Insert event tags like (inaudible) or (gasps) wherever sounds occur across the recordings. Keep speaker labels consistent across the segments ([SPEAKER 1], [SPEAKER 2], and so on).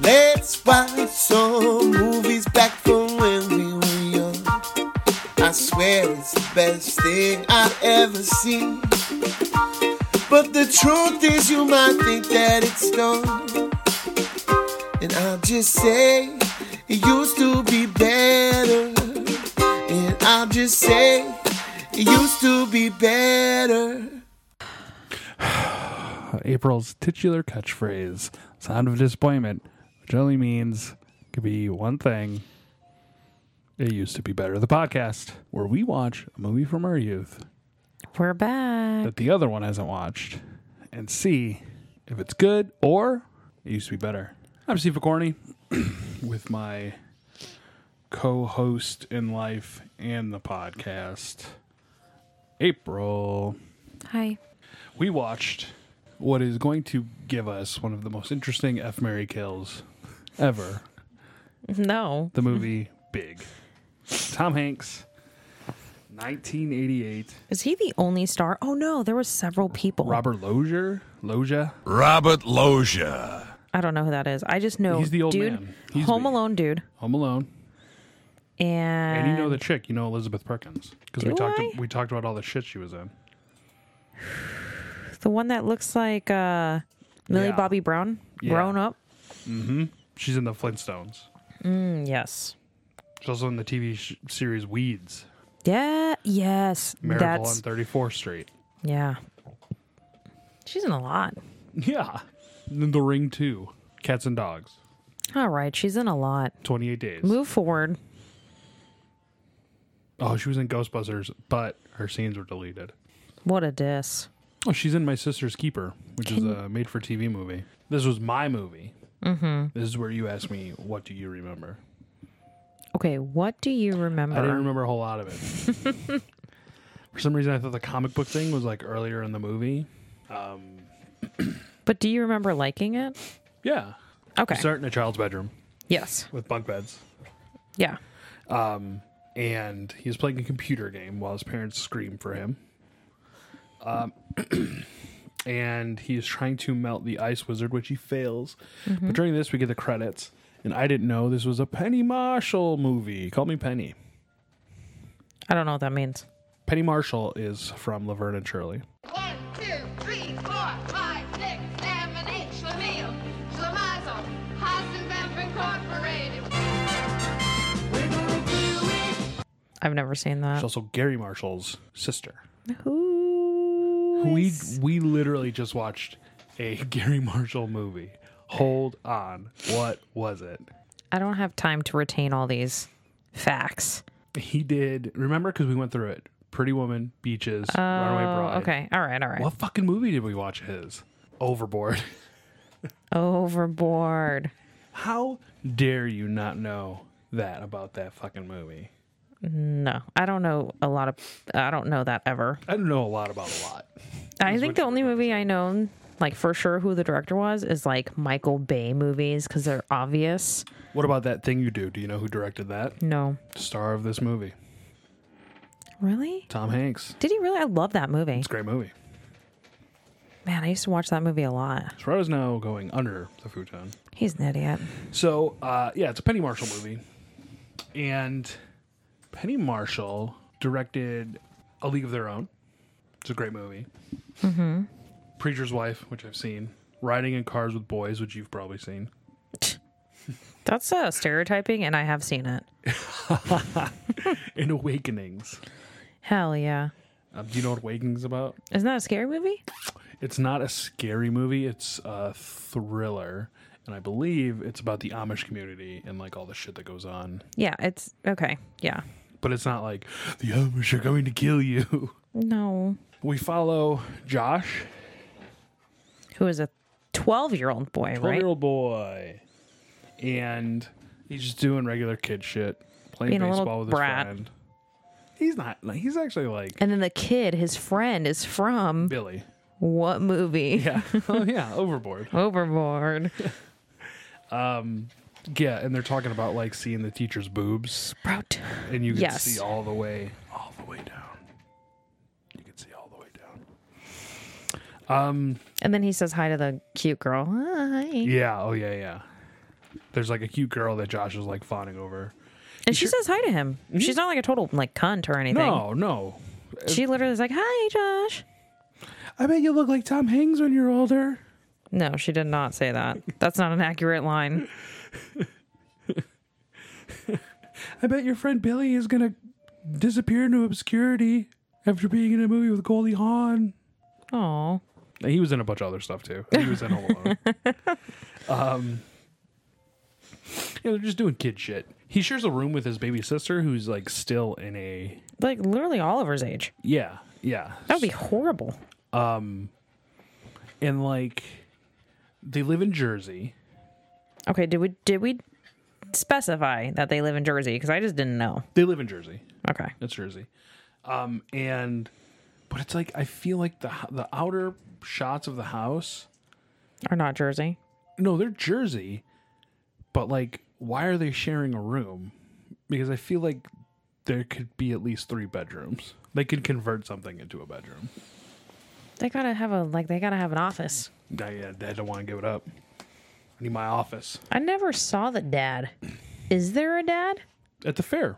[SPEAKER 1] That's why so movies back from when we were young. I swear it's the best thing I ever seen. But the truth is, you might think that it's done. And I'll just say it used to be better. And I'll just say it used to be better.
[SPEAKER 2] April's titular catchphrase, sound of disappointment, which only means it could be one thing. It used to be better, the podcast, where we watch a movie from our youth
[SPEAKER 3] We're back.
[SPEAKER 2] that the other one hasn't watched and see if it's good or it used to be better. I'm Steve Corney (clears throat) with my co host in life and the podcast, April.
[SPEAKER 3] Hi.
[SPEAKER 2] we watched what is going to give us one of the most interesting F Mary kills ever.
[SPEAKER 3] No. (laughs)
[SPEAKER 2] The movie Big. Tom Hanks, 1988.
[SPEAKER 3] Is he the only star? Oh no, there were several people.
[SPEAKER 2] Robert Lozier, Loja.
[SPEAKER 4] Robert Loja.
[SPEAKER 3] I don't know who that is. I just know
[SPEAKER 2] He's the old
[SPEAKER 3] dude,
[SPEAKER 2] man. He's
[SPEAKER 3] Home
[SPEAKER 2] the-
[SPEAKER 3] Alone dude,
[SPEAKER 2] Home Alone,
[SPEAKER 3] and,
[SPEAKER 2] and you know the chick. You know Elizabeth Perkins because we
[SPEAKER 3] Do
[SPEAKER 2] talked.
[SPEAKER 3] I?
[SPEAKER 2] We talked about all the shit she was in.
[SPEAKER 3] the one that looks like uh, Millie
[SPEAKER 2] Yeah.
[SPEAKER 3] Bobby Brown
[SPEAKER 2] Yeah.
[SPEAKER 3] grown up.
[SPEAKER 2] She's in the Flintstones.
[SPEAKER 3] Mm, Yes.
[SPEAKER 2] She's also in the TV sh- series Weeds,
[SPEAKER 3] Yeah. Yes.
[SPEAKER 2] Miracle
[SPEAKER 3] That's
[SPEAKER 2] on 34th
[SPEAKER 3] (laughs)
[SPEAKER 2] Street.
[SPEAKER 3] yeah. She's in a lot.
[SPEAKER 2] Yeah, And then The Ring Two, Cats and Dogs,
[SPEAKER 3] All right, she's in a lot.
[SPEAKER 2] 28 Days.
[SPEAKER 3] Move forward.
[SPEAKER 2] Oh, she was in Ghostbusters, but her scenes were deleted.
[SPEAKER 3] What a diss.
[SPEAKER 2] Oh, she's in My Sister's Keeper, which is a made for TV movie. This was my movie. Mm-hmm. This is where you asked me, What do you remember?
[SPEAKER 3] Okay, what do you remember?
[SPEAKER 2] I didn't remember a whole lot of it. (laughs) for some reason, I thought the comic book thing was like earlier in the movie.
[SPEAKER 3] but do you remember liking it?
[SPEAKER 2] Yeah.
[SPEAKER 3] Okay.
[SPEAKER 2] Start in a child's bedroom
[SPEAKER 3] Yes.
[SPEAKER 2] with bunk beds.
[SPEAKER 3] Yeah.
[SPEAKER 2] and he was playing a computer game while his parents scream for him. Um, (clears throat) and he is trying to melt the ice wizard, which he fails.
[SPEAKER 3] Mm-hmm.
[SPEAKER 2] But during this, we get the credits, and I didn't know this was a Penny Marshall movie. Call me Penny.
[SPEAKER 3] I don't know what that means.
[SPEAKER 2] Penny Marshall is from Laverne and Shirley.
[SPEAKER 5] One, two, three, four, five, six, seven, eight. Schlemiel, Schlemazel, Heisenberg Incorporated. We're gonna do it.
[SPEAKER 3] I've never seen that.
[SPEAKER 2] She's also Gary Marshall's sister.
[SPEAKER 3] Who
[SPEAKER 2] We
[SPEAKER 3] is-
[SPEAKER 2] we literally just watched a (laughs) Gary Marshall movie. Hold on, what was it?
[SPEAKER 3] I don't have time to retain all these facts.
[SPEAKER 2] He did. Remember, because we went through it. Pretty Woman, Beaches, Runaway
[SPEAKER 3] Oh,
[SPEAKER 2] Bride.
[SPEAKER 3] okay. All right. All right.
[SPEAKER 2] What fucking movie did we watch? His Overboard. (laughs)
[SPEAKER 3] Overboard.
[SPEAKER 2] How dare you not know that about that fucking movie?
[SPEAKER 3] No, I don't know a lot of. I don't know that ever.
[SPEAKER 2] I don't know a lot about a lot.
[SPEAKER 3] I think the only movie I know, like for sure, who the director was is like Michael Bay movies because they're obvious.
[SPEAKER 2] What about that thing you do? Do you know who directed that?
[SPEAKER 3] No,
[SPEAKER 2] Star of this movie,
[SPEAKER 3] really?
[SPEAKER 2] Tom Hanks.
[SPEAKER 3] Did he really? I love that movie.
[SPEAKER 2] It's a great movie.
[SPEAKER 3] Man, I used to watch that movie a lot.
[SPEAKER 2] Sprout is now going under the futon.
[SPEAKER 3] He's an idiot.
[SPEAKER 2] So uh, yeah, it's a Penny Marshall movie, and Penny Marshall directed A League of Their Own. It's a great movie. Mm-hmm. Preacher's Wife, which I've seen. Riding in Cars with Boys, which you've probably seen.
[SPEAKER 3] That's uh, stereotyping, and I have seen it.
[SPEAKER 2] And Awakenings.
[SPEAKER 3] Hell yeah!
[SPEAKER 2] Um, do you know what Awakenings is about?
[SPEAKER 3] Isn't that a scary movie?
[SPEAKER 2] It's not a scary movie. It's a thriller, and I believe it's about the Amish community and like all the shit that goes on.
[SPEAKER 3] Yeah, it's okay. Yeah.
[SPEAKER 2] But it's not like the Amish are going to kill you. (laughs)
[SPEAKER 3] No.
[SPEAKER 2] We follow Josh,
[SPEAKER 3] Who is a 12 year old boy, right?
[SPEAKER 2] 12 year old boy. And he's just doing regular kid shit, playing
[SPEAKER 3] Being a little
[SPEAKER 2] baseball with
[SPEAKER 3] brat.
[SPEAKER 2] his friend. He's not, like, he's actually
[SPEAKER 3] (laughs)
[SPEAKER 2] like
[SPEAKER 3] And then the kid, his friend, is from
[SPEAKER 2] Billy.
[SPEAKER 3] what movie?
[SPEAKER 2] Yeah. (laughs) oh, yeah. Overboard.
[SPEAKER 3] (laughs) Overboard.
[SPEAKER 2] Yeah. And they're talking about like seeing the teacher's boobs,
[SPEAKER 3] Sprout.
[SPEAKER 2] and you can
[SPEAKER 3] Yes.
[SPEAKER 2] see all the way, all the way down. You can see all the way Um, down.
[SPEAKER 3] And then he says hi to the cute girl. Hi.
[SPEAKER 2] Yeah. Oh, yeah. Yeah. There's like a cute girl that Josh is like fawning over.
[SPEAKER 3] And she says hi to him. She's not like a total like cunt or anything.
[SPEAKER 2] Mm-hmm. No, no.
[SPEAKER 3] She literally is like, "Hi, Josh."
[SPEAKER 2] I bet you look like Tom Hanks when you're older.
[SPEAKER 3] No, she did not say that. That's not an
[SPEAKER 2] (laughs)
[SPEAKER 3] accurate line.
[SPEAKER 2] I bet your friend Billy is gonna disappear into obscurity after being in a movie with Goldie Hawn.
[SPEAKER 3] Oh,
[SPEAKER 2] He was in a bunch of other stuff too. He was in Home Alone. um, (laughs) yeah, Um, they're just doing kid shit. He shares a room with his baby sister, who's like still in a
[SPEAKER 3] like literally Oliver's age.
[SPEAKER 2] yeah, yeah,
[SPEAKER 3] That would be horrible.
[SPEAKER 2] and like they live in Jersey.
[SPEAKER 3] Okay, did we did we specify that they live in Jersey? Because I just didn't know.
[SPEAKER 2] They live in Jersey.
[SPEAKER 3] Okay,
[SPEAKER 2] That's Jersey. Um, and but it's like I feel like the the outer shots of the house.
[SPEAKER 3] or not Jersey?
[SPEAKER 2] No, they're Jersey, but like, why are they sharing a room? Because I feel like there could be at least three bedrooms. They could convert something into a bedroom.
[SPEAKER 3] They gotta have a like. They gotta have an office.
[SPEAKER 2] I, I don't want to give it up. I need my office
[SPEAKER 3] I never saw the dad. Is there a dad?
[SPEAKER 2] at the fair.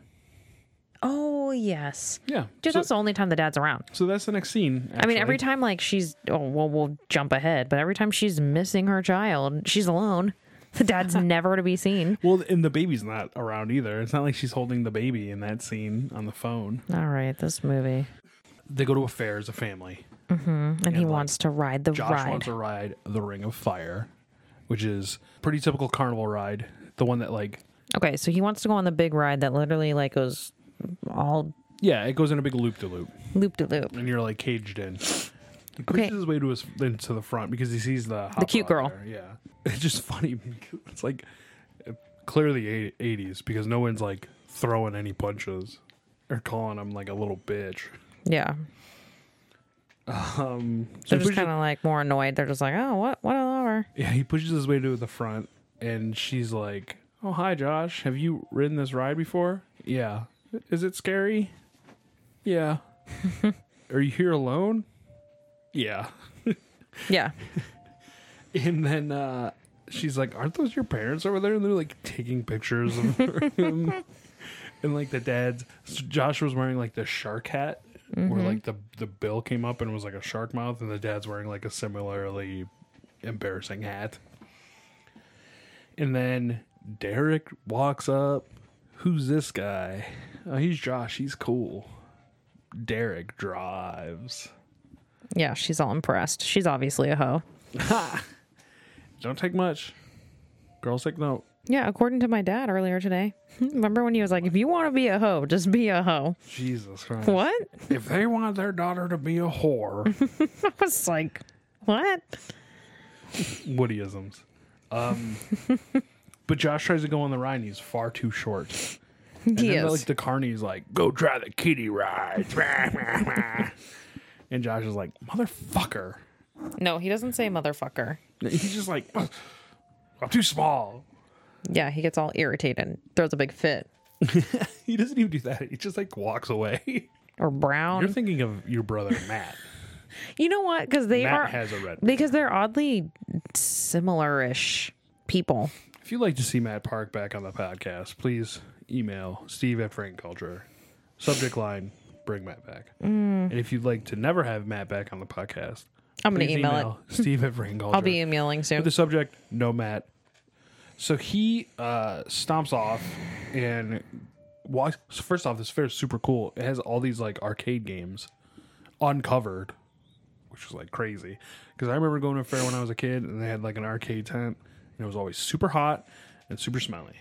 [SPEAKER 3] Oh yes,
[SPEAKER 2] Yeah,
[SPEAKER 3] dude.
[SPEAKER 2] so,
[SPEAKER 3] that's the only time the dad's around.
[SPEAKER 2] so that's the next scene.
[SPEAKER 3] I mean, every
[SPEAKER 2] actually.
[SPEAKER 3] time like she's oh well, we'll jump ahead, but every time she's missing her child, she's alone. The dad's (laughs) never to be seen.
[SPEAKER 2] Well, and the baby's not around either. It's not like she's holding the baby in that scene on the phone.
[SPEAKER 3] All right, this movie,
[SPEAKER 2] They go to a fair as a family.
[SPEAKER 3] and, he wants to ride the
[SPEAKER 2] Josh
[SPEAKER 3] ride.
[SPEAKER 2] wants to ride the Ring of Fire, which is pretty typical carnival ride. The one that like
[SPEAKER 3] Okay, so he wants to go on the big ride that literally like goes all
[SPEAKER 2] yeah, it goes in a big loop to loop,
[SPEAKER 3] loop to loop.
[SPEAKER 2] and you're like caged in. He creeps his way to his into the front because he sees the hopper
[SPEAKER 3] cute
[SPEAKER 2] out
[SPEAKER 3] girl.
[SPEAKER 2] there. Yeah, (laughs) it's just funny. It's like clearly '80s because no one's like throwing any punches or calling him like a little bitch.
[SPEAKER 3] Yeah.
[SPEAKER 2] So
[SPEAKER 3] They're
[SPEAKER 2] he
[SPEAKER 3] just
[SPEAKER 2] pushes-
[SPEAKER 3] kind of like more annoyed. They're just like, oh, what, what over?
[SPEAKER 2] Yeah, he pushes his way to the front, and she's like, "Oh, hi, Josh. Have you ridden this ride before? Yeah. Is it scary? Yeah. (laughs) Are you here alone? Yeah.
[SPEAKER 3] Yeah,
[SPEAKER 2] (laughs) And then uh, she's like, "Aren't those your parents over there?" And they're like taking pictures of (laughs) him. and like the dad's Josh was wearing like the shark hat, where like the the bill came up and was like a shark mouth, and the dad's wearing like a similarly embarrassing hat. And then Derek walks up. Who's this guy? Oh, he's Josh. He's cool. Derek drives.
[SPEAKER 3] yeah. She's all impressed. She's obviously a hoe.
[SPEAKER 2] Don't take much. Girls take note.
[SPEAKER 3] Yeah, according to my dad earlier today. (laughs) Remember when he was like, if you want to be a hoe, just be a hoe.
[SPEAKER 2] Jesus Christ.
[SPEAKER 3] What?
[SPEAKER 2] If they want their daughter to be a whore, (laughs)
[SPEAKER 3] I was like, what?
[SPEAKER 2] Woodyisms. Um, (laughs) but Josh tries to go on the ride and he's far too short. And
[SPEAKER 3] He
[SPEAKER 2] then,
[SPEAKER 3] is.
[SPEAKER 2] like the carney's like, "Go try the kitty (laughs) ride," and Josh is like, "Motherfucker!"
[SPEAKER 3] no, he doesn't say motherfucker.
[SPEAKER 2] He's just like, "Ugh, "I'm too small."
[SPEAKER 3] Yeah, he gets all irritated, throws a big fit.
[SPEAKER 2] He doesn't even do that. He just like walks away.
[SPEAKER 3] Or brown.
[SPEAKER 2] You're thinking of your brother Matt.
[SPEAKER 3] You know what? Because they
[SPEAKER 2] Matt
[SPEAKER 3] are
[SPEAKER 2] has a red.
[SPEAKER 3] because they're oddly similar-ish people.
[SPEAKER 2] If you'd like to see Matt Park back on the podcast, please email Steve at Frank Culture. Subject line: Bring Matt back. And if you'd like to never have Matt back on the podcast,
[SPEAKER 3] Mm. I'm gonna
[SPEAKER 2] please
[SPEAKER 3] email, it.
[SPEAKER 2] Steve at Frank Culture.
[SPEAKER 3] (laughs) I'll be emailing soon.
[SPEAKER 2] the subject: No Matt. So he uh, stomps off and walks. so First off, this fair is super cool. It has all these like arcade games uncovered, which was like crazy. Because I remember going to a fair when I was a kid, and they had like an arcade tent, and it was always super hot and super smelly.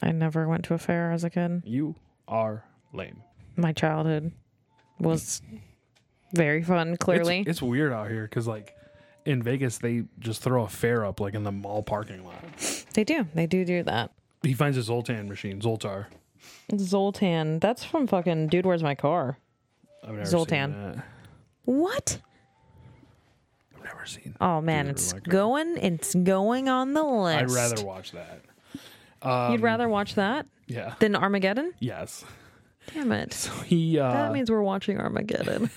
[SPEAKER 3] I never went to a fair as a kid.
[SPEAKER 2] You are lame.
[SPEAKER 3] My childhood was very fun.
[SPEAKER 2] It's-
[SPEAKER 3] Clearly,
[SPEAKER 2] it's, weird out here because like in Vegas they just throw a fair up like in the mall parking lot.
[SPEAKER 3] they do. They do do that.
[SPEAKER 2] He finds a Zoltan machine, Zoltar.
[SPEAKER 3] Zoltan. That's from fucking Dude. Where's my car?
[SPEAKER 2] I've never
[SPEAKER 3] Zoltan.
[SPEAKER 2] Seen that.
[SPEAKER 3] What?
[SPEAKER 2] I've never seen. that.
[SPEAKER 3] Oh man,
[SPEAKER 2] Dude,
[SPEAKER 3] it's
[SPEAKER 2] like,
[SPEAKER 3] going. It's going on the list.
[SPEAKER 2] I'd rather um, watch that.
[SPEAKER 3] You'd rather watch that
[SPEAKER 2] Yeah.
[SPEAKER 3] than Armageddon.
[SPEAKER 2] yes.
[SPEAKER 3] Damn it.
[SPEAKER 2] He uh,
[SPEAKER 3] That means we're
[SPEAKER 2] (laughs)
[SPEAKER 3] watching Armageddon.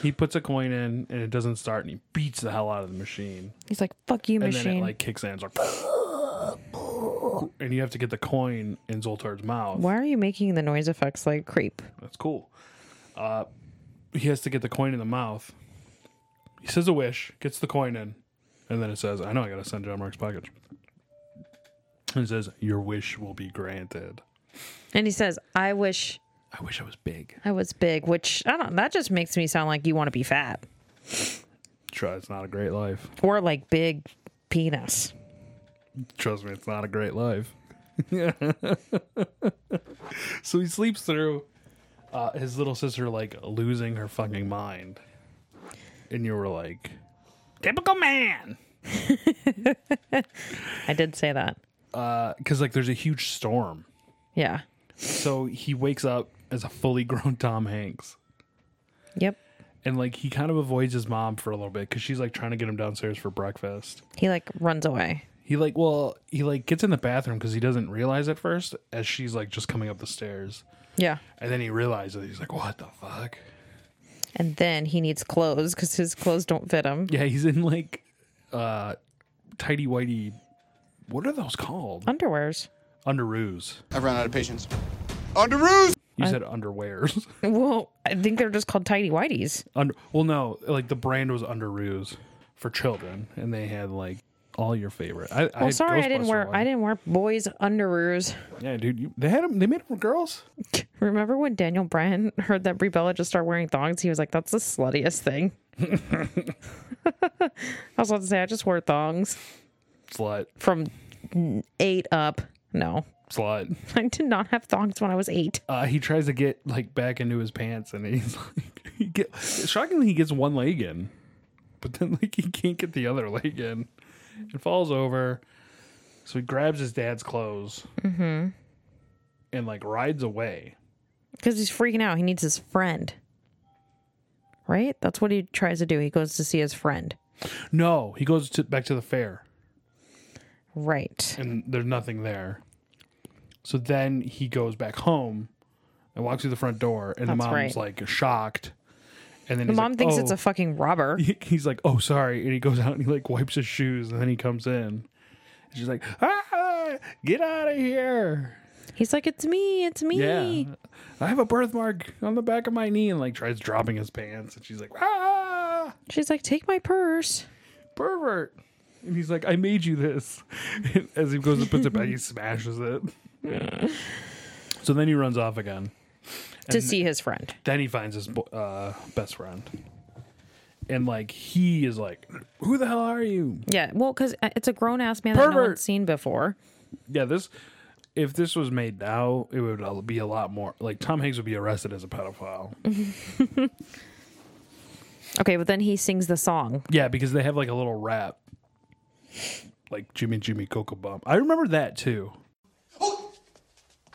[SPEAKER 2] he puts a coin in and it doesn't start and he beats the hell out of the machine
[SPEAKER 3] He's like, "Fuck you,
[SPEAKER 2] and then
[SPEAKER 3] machine."
[SPEAKER 2] it like kicks in. It's like and you have to get the coin in Zoltar's mouth.
[SPEAKER 3] Why are you making the noise effects like creep?
[SPEAKER 2] That's cool. Uh, he has to get the coin in the mouth. He says a wish, gets the coin in, and then it says, I know I got to send John Mark's package. And it says, Your wish will be granted.
[SPEAKER 3] And he says, "I wish
[SPEAKER 2] I wish I was big.
[SPEAKER 3] I was big," which I don't. That just makes me sound like you want to be fat
[SPEAKER 2] Try, it's not a great life.
[SPEAKER 3] or like big penis.
[SPEAKER 2] Trust me, it's not a great life. so he sleeps through uh, his little sister like losing her fucking mind, and you were like, typical man,
[SPEAKER 3] I did say that.
[SPEAKER 2] because like there's a huge storm.
[SPEAKER 3] Yeah.
[SPEAKER 2] So he wakes up as a fully grown (laughs) Tom Hanks,
[SPEAKER 3] Yep.
[SPEAKER 2] and like he kind of avoids his mom for a little bit because she's like trying to get him downstairs for breakfast.
[SPEAKER 3] He like runs away.
[SPEAKER 2] He like well he like gets in the bathroom because he doesn't realize at first as she's like just coming up the stairs.
[SPEAKER 3] Yeah.
[SPEAKER 2] And then he realizes he's like, "What the fuck?"
[SPEAKER 3] And then he needs clothes because his clothes don't fit him.
[SPEAKER 2] Yeah, he's in like uh tidy whitey. What are those called?
[SPEAKER 3] Underwears.
[SPEAKER 2] Underoos.
[SPEAKER 1] I've run out of patience. Under ruse!
[SPEAKER 2] You said underwears. (laughs)
[SPEAKER 3] Well, I think they're just called tidy whities.
[SPEAKER 2] Under. Well, no, like the brand was Underoos for children, and they had like all your favorite. I, I
[SPEAKER 3] Well,
[SPEAKER 2] had
[SPEAKER 3] Oh, sorry, I
[SPEAKER 2] Ghostbuster
[SPEAKER 3] didn't wear.
[SPEAKER 2] one.
[SPEAKER 3] I didn't wear boys' underwears.
[SPEAKER 2] Yeah, dude, you, they had them. They made them for girls.
[SPEAKER 3] Remember when Daniel Bryan (laughs) heard that Brie Bella just started wearing thongs? He was like, "That's the sluttiest thing." (laughs) I was about to say I just wore thongs
[SPEAKER 2] Slut,
[SPEAKER 3] from eight up. No, (laughs)
[SPEAKER 2] slut.
[SPEAKER 3] I did not have thongs when I was eight.
[SPEAKER 2] Uh, he tries to get like back into his pants, and he's (laughs) like, he get, shockingly, he gets one leg in, but then like he can't get the other leg in, and falls over. So he grabs his dad's clothes
[SPEAKER 3] Mm-hmm.
[SPEAKER 2] and like rides away.
[SPEAKER 3] Because he's freaking out. He needs his friend. Right? That's what he tries to do. He goes to see his friend.
[SPEAKER 2] No, he goes to, back to the fair,
[SPEAKER 3] Right.
[SPEAKER 2] and there's nothing there. So then he goes back home and walks through the front door, and the
[SPEAKER 3] That's
[SPEAKER 2] mom's
[SPEAKER 3] right.
[SPEAKER 2] like shocked. And then
[SPEAKER 3] The mom thinks it's a fucking (laughs) robber.
[SPEAKER 2] he- he's like, "Oh, sorry," and he goes out and he like wipes his shoes, and then he comes in. And she's like, "Ah, get out of here!"
[SPEAKER 3] He's like, it's me, it's me.
[SPEAKER 2] Yeah, I have a birthmark on the back of my knee, and like tries dropping his pants, and she's like, "Ah,
[SPEAKER 3] She's like, take my purse.
[SPEAKER 2] pervert!" And he's like, "I made you this." (laughs) As he goes and puts it back, he smashes it. so then he runs off again.
[SPEAKER 3] To see his friend.
[SPEAKER 2] Then he finds his bo- uh, best friend, and like he is like, "Who the hell are you?"
[SPEAKER 3] Yeah. Well, because it's a grown ass man that no
[SPEAKER 2] Pervert.
[SPEAKER 3] one's seen before.
[SPEAKER 2] Yeah, this if this was made now, it would uh, be a lot more. Like Tom Hanks would be arrested as a pedophile.
[SPEAKER 3] Okay, but then he sings the song.
[SPEAKER 2] yeah, because they have like a little rap, like Jimmy Jimmy Coco Bump. I remember that too.
[SPEAKER 6] Oh!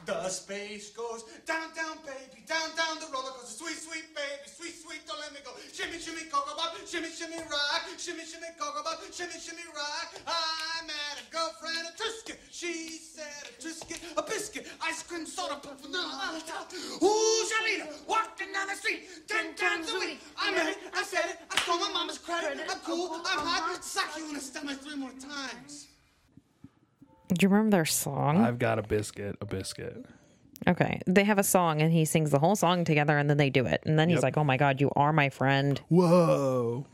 [SPEAKER 6] The space goes down, down, baby, down, down the roller coaster. Sweet, sweet, baby, sweet, sweet, don't let me go. Shimmy, shimmy, cocoa bop, shimmy, shimmy, rock, shimmy, shimmy, cocoa bop, shimmy, shimmy, rock. I met a girlfriend, a Trisket. She said a Trisket, a biscuit, ice cream, soda, pop, vanilla on the top. Ooh, Shalita, walking down the street, ten times a week. I met it, I said it, I stole my mama's credit. I'm cool, I'm hot, sock you in the stomach three more times.
[SPEAKER 3] Do you remember their song?
[SPEAKER 2] I've got a biscuit, a biscuit.
[SPEAKER 3] okay. They have a song and he sings the whole song together and then they do it. And then he's
[SPEAKER 2] Yep.
[SPEAKER 3] like, oh my God, you are my friend.
[SPEAKER 2] Whoa,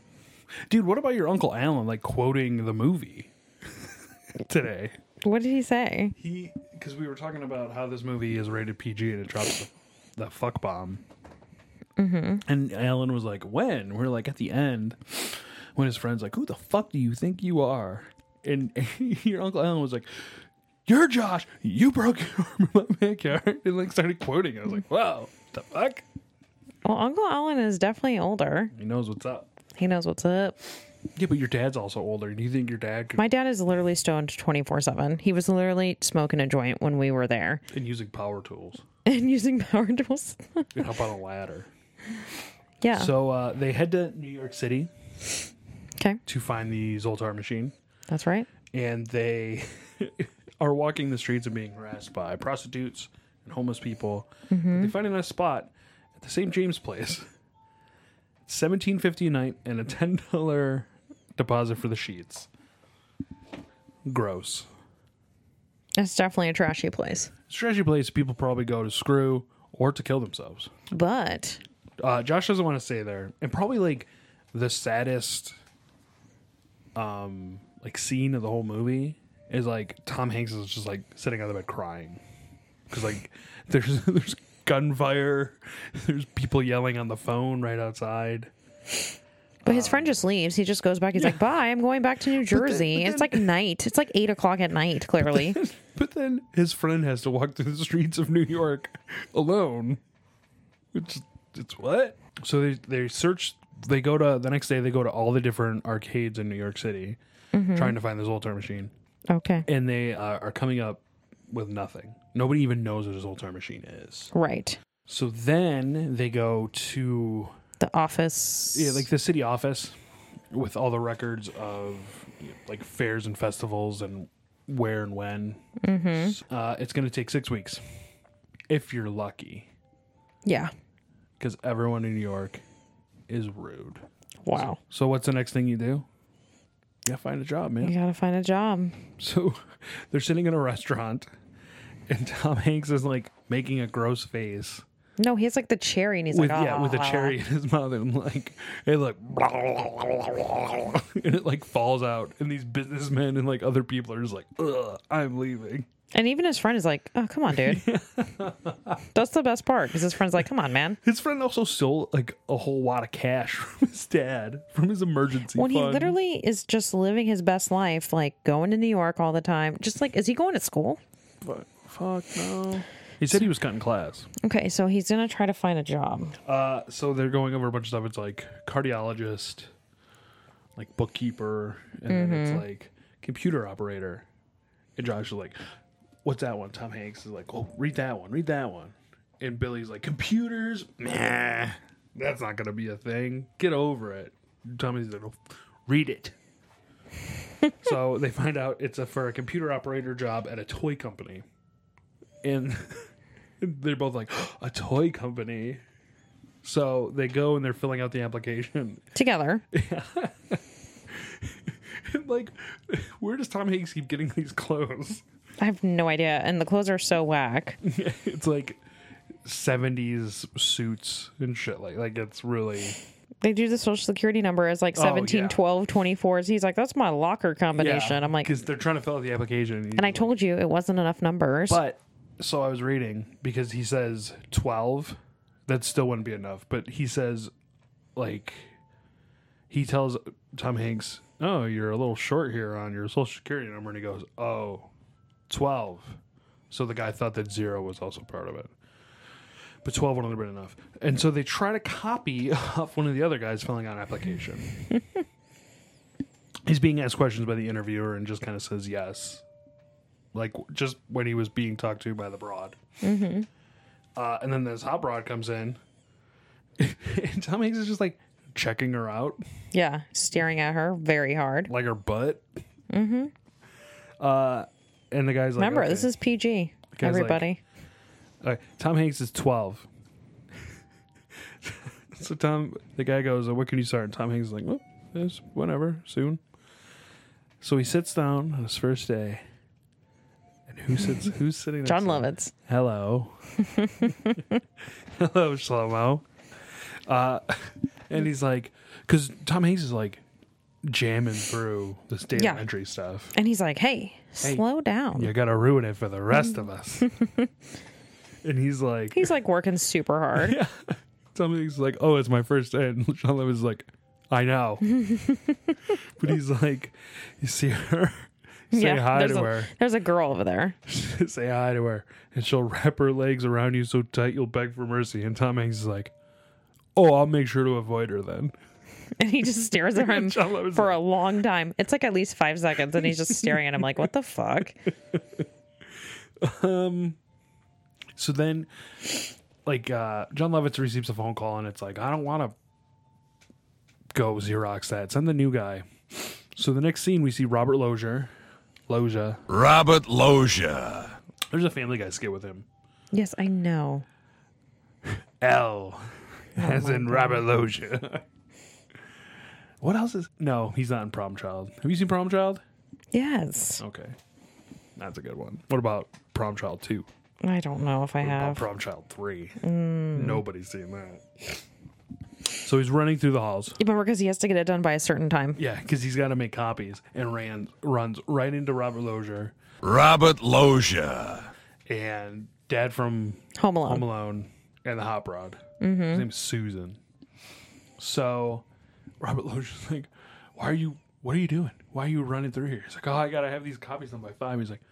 [SPEAKER 2] dude! What about your uncle Alan? Like quoting the movie (laughs) today.
[SPEAKER 3] What did he say?
[SPEAKER 2] He because we were talking about how this movie is rated PG and it drops the, the fuck bomb. Mm-hmm. And Alan was like, "When?" We're like, "At the end." When his friend's like, "Who the fuck do you think you are?" And (laughs) your uncle Alan was like, "You're Josh. You broke your arm (laughs) in my backyard," and like started quoting. I was like, "Wow, the fuck."
[SPEAKER 3] Well, Uncle Alan is definitely older.
[SPEAKER 2] He knows what's up.
[SPEAKER 3] He knows what's up.
[SPEAKER 2] Yeah, but your dad's also older. Do you think your dad could
[SPEAKER 3] My dad is literally stoned 24 7. He was literally smoking a joint when we were there (laughs)
[SPEAKER 2] and using power tools?
[SPEAKER 3] and using power tools. (laughs)
[SPEAKER 2] Get up on a ladder.
[SPEAKER 3] yeah.
[SPEAKER 2] So uh, they head to New York City
[SPEAKER 3] okay.
[SPEAKER 2] to find the Zoltar machine.
[SPEAKER 3] That's right.
[SPEAKER 2] and they (laughs) are walking the streets and being harassed by prostitutes and homeless people. But They find a nice spot at the St. James Place. Seventeen fifty a night and a ten dollar deposit for the sheets. Gross.
[SPEAKER 3] It's definitely a trashy place.
[SPEAKER 2] Strategy place people probably go to screw or to kill themselves.
[SPEAKER 3] But
[SPEAKER 2] Uh, Josh doesn't want to stay there, and probably like the saddest, um, like scene of the whole movie is like Tom Hanks is just like sitting on the bed crying because like (laughs) there's there's gunfire, (laughs) there's people yelling on the phone right outside.
[SPEAKER 3] but his friend just leaves. He just goes back. He's like, "Bye, I'm going back
[SPEAKER 2] (laughs)
[SPEAKER 3] to New Jersey." it's like night. It's like eight o'clock at
[SPEAKER 2] (laughs)
[SPEAKER 3] night. Clearly,
[SPEAKER 2] But then his friend has to walk through the streets of New York alone. It's it's what? So they they search. They go to the next day. They go to all the different arcades in New York City, trying to find this old time machine,
[SPEAKER 3] okay,
[SPEAKER 2] and they uh, are coming up with nothing. Nobody even knows what this old time machine is.
[SPEAKER 3] right.
[SPEAKER 2] So then they go to
[SPEAKER 3] The office.
[SPEAKER 2] yeah, like the city office with all the records of you know, like fairs and festivals and where and when. Mm-hmm. Uh, it's going to take six weeks if you're lucky,
[SPEAKER 3] yeah.
[SPEAKER 2] because everyone in New York is rude.
[SPEAKER 3] Wow.
[SPEAKER 2] So what's the next thing you do? Yeah, find a job, man.
[SPEAKER 3] You gotta find a job.
[SPEAKER 2] So (laughs) they're sitting in a restaurant, and Tom Hanks is like making a gross face
[SPEAKER 3] No, he has like the cherry, and he's
[SPEAKER 2] with
[SPEAKER 3] like,
[SPEAKER 2] yeah, with a
[SPEAKER 3] "Ah."
[SPEAKER 2] cherry in his mouth, and like, it like, (laughs) and it like falls out, and these businessmen and like other people are just like, Ugh, I'm leaving.
[SPEAKER 3] And even his friend is like, "Oh, come on,
[SPEAKER 2] (laughs)
[SPEAKER 3] dude." That's the best part because his friend's like, "Come on, man."
[SPEAKER 2] His friend also stole like a whole lot of cash (laughs) from his dad from his emergency
[SPEAKER 3] When he
[SPEAKER 2] fund.
[SPEAKER 3] literally is just living his best life, like going to New York all the time. Just like, is he going to school?
[SPEAKER 2] fuck no. He said he was cutting class.
[SPEAKER 3] Okay, so he's gonna try to find a job.
[SPEAKER 2] Uh, so they're going over a bunch of stuff. It's like cardiologist, like bookkeeper, and then it's like computer operator. And Josh is like, "What's that one?" Tom Hanks is like, "Oh, read that one. Read that one." And Billy's like, "Computers? Nah, that's not gonna be a thing. Get over it." Tommy's like, "Oh, "Read it." so they find out it's a for a computer operator job at a toy company, and (laughs) they're both like, "A toy company." So they go and they're filling out the application. (laughs)
[SPEAKER 3] Together,
[SPEAKER 2] like, where does Tom Hanks keep getting these clothes? (laughs)
[SPEAKER 3] I have no idea. And the clothes are so whack.
[SPEAKER 2] It's like seventies suits and shit. Like, like it's really
[SPEAKER 3] They do the social security number as like
[SPEAKER 2] Oh,
[SPEAKER 3] 17,
[SPEAKER 2] yeah.
[SPEAKER 3] 12, 24s. He's like, "That's my locker combination." I'm like,
[SPEAKER 2] because they're trying to fill out the application.
[SPEAKER 3] and I told you it wasn't enough numbers.
[SPEAKER 2] but so I was reading because he says twelve. That still wouldn't be enough, but he says, like, he tells Tom Hanks, "Oh, you're a little short here on your social security number," and he goes, "Oh, 12. So the guy thought that zero was also part of it. But 12 wouldn't have been enough. And so they try to copy (laughs) off one of the other guys filling out an application. He's being asked questions by the interviewer and just kind of says yes. Like just when he was being talked to by the broad. Mm-hmm. Uh, and then this hot broad comes in. (laughs) and Tom Hanks is just like checking her out
[SPEAKER 3] yeah, staring at her very hard.
[SPEAKER 2] like her butt. Mm-hmm. Uh, and the guy's like,
[SPEAKER 3] Remember,
[SPEAKER 2] okay.
[SPEAKER 3] this is PG.
[SPEAKER 2] guy's like-
[SPEAKER 3] Everybody.
[SPEAKER 2] Okay, Tom Hanks is twelve. (laughs) so Tom, the guy goes, "What can you start?" And Tom Hanks is like, well, yes, whenever, soon." So he sits down on his first day, and who sits? Who's sitting? next
[SPEAKER 3] John
[SPEAKER 2] to him?
[SPEAKER 3] Lovitz. (laughs)
[SPEAKER 2] Hello. Hello, slow mo. Uh, (laughs) and he's like, because Tom Hanks is like jamming through this data
[SPEAKER 3] Yeah.
[SPEAKER 2] entry stuff.
[SPEAKER 3] And he's like, hey, slow down.
[SPEAKER 2] You're gonna ruin it for the rest of
[SPEAKER 3] (laughs)
[SPEAKER 2] us. and he's like, (laughs)
[SPEAKER 3] He's like working super hard.
[SPEAKER 2] something's like, oh, it's my first day. And (laughs) Sean Levin's like, I
[SPEAKER 3] (laughs)
[SPEAKER 2] know. but he's like, you see her, (laughs) say hi
[SPEAKER 3] there's
[SPEAKER 2] to
[SPEAKER 3] a,
[SPEAKER 2] her,
[SPEAKER 3] There's a girl over there. (laughs)
[SPEAKER 2] say hi to her, and she'll wrap her legs around you so tight you'll beg for mercy. And Tom Hanks is like, oh, I'll make sure to avoid her then. (laughs)
[SPEAKER 3] And he just stares at him
[SPEAKER 2] John Levin's
[SPEAKER 3] for
[SPEAKER 2] like-
[SPEAKER 3] a long time. It's like at least five seconds. And he's just staring at him like, what the
[SPEAKER 2] (laughs)
[SPEAKER 3] fuck?
[SPEAKER 2] So then, like, uh, John Lovitz receives a phone call and it's like, I don't want to go Xerox that. Send the new guy. So the next scene, we see Robert Lozier. Loja.
[SPEAKER 4] Robert Loja.
[SPEAKER 2] There's a Family Guy skit with him.
[SPEAKER 3] Yes, I know.
[SPEAKER 2] L, as in Robert (laughs) Loja. what else is? No, he's not in Prom Child. Have you seen Prom Child?
[SPEAKER 3] Yes.
[SPEAKER 2] Okay. That's a good one. What about Prom Child 2?
[SPEAKER 3] I don't know if I
[SPEAKER 2] About
[SPEAKER 3] have.
[SPEAKER 2] Prom Child 3? Mm. Nobody's seen that. So he's running through the halls.
[SPEAKER 3] Remember, because he has to get it done by a certain time.
[SPEAKER 2] (laughs) Yeah, because he's got to make copies and ran, runs right into Robert Lozier
[SPEAKER 4] Robert Loja.
[SPEAKER 2] and dad from
[SPEAKER 3] Home Alone. Mm-hmm.
[SPEAKER 2] Home Alone and the Hot Rod. His name's Susan. So Robert Logier's (laughs) like, Why are you, what are you doing? Why are you running through here? He's like, Oh, I got to have these copies done by five. He's like,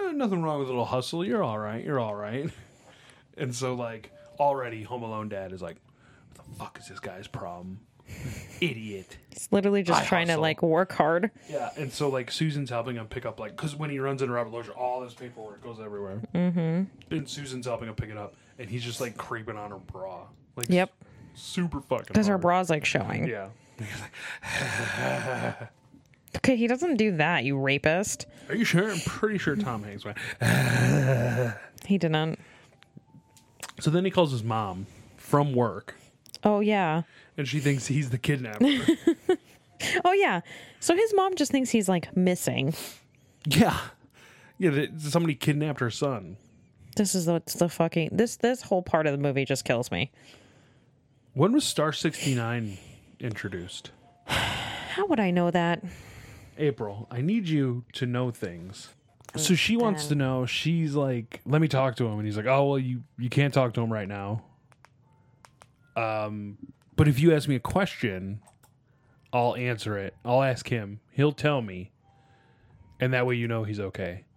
[SPEAKER 2] "Eh, Nothing wrong with a little hustle. You're all right. You're all right. (laughs) And so, like, already Home Alone dad is like, What the fuck is this guy's problem? (laughs) Idiot.
[SPEAKER 3] He's literally just
[SPEAKER 2] I
[SPEAKER 3] trying to
[SPEAKER 2] hustle.
[SPEAKER 3] like work hard.
[SPEAKER 2] Yeah, and so like Susan's helping him pick up like because when he runs into Robert Lozier, all his paperwork goes everywhere. Mm-hmm. And Susan's helping him pick it up, and he's just like creeping on her bra, like
[SPEAKER 3] Yep.
[SPEAKER 2] s- super fucking.
[SPEAKER 3] Because her
[SPEAKER 2] hard.
[SPEAKER 3] bra's like showing.
[SPEAKER 2] Yeah,
[SPEAKER 3] Okay, he doesn't do that, you rapist.
[SPEAKER 2] are you sure? I'm pretty sure Tom Hanks went.
[SPEAKER 3] He didn't.
[SPEAKER 2] So then he calls his mom from work,
[SPEAKER 3] Oh, yeah.
[SPEAKER 2] and she thinks he's the kidnapper.
[SPEAKER 3] Oh, yeah. So his mom just thinks he's like missing.
[SPEAKER 2] yeah, yeah, that somebody kidnapped her son.
[SPEAKER 3] This is what's the fucking. This this whole part of the movie just kills me.
[SPEAKER 2] When was Star sixty nine introduced?
[SPEAKER 3] How would I know that?
[SPEAKER 2] April, I need you to know things. So she wants to know. She's like, "Let me talk to him," and he's like, "Oh well, you you can't talk to him right now. Um, but if you ask me a question, I'll answer it. I'll ask him. He'll tell me, and that way you know he's okay." (laughs)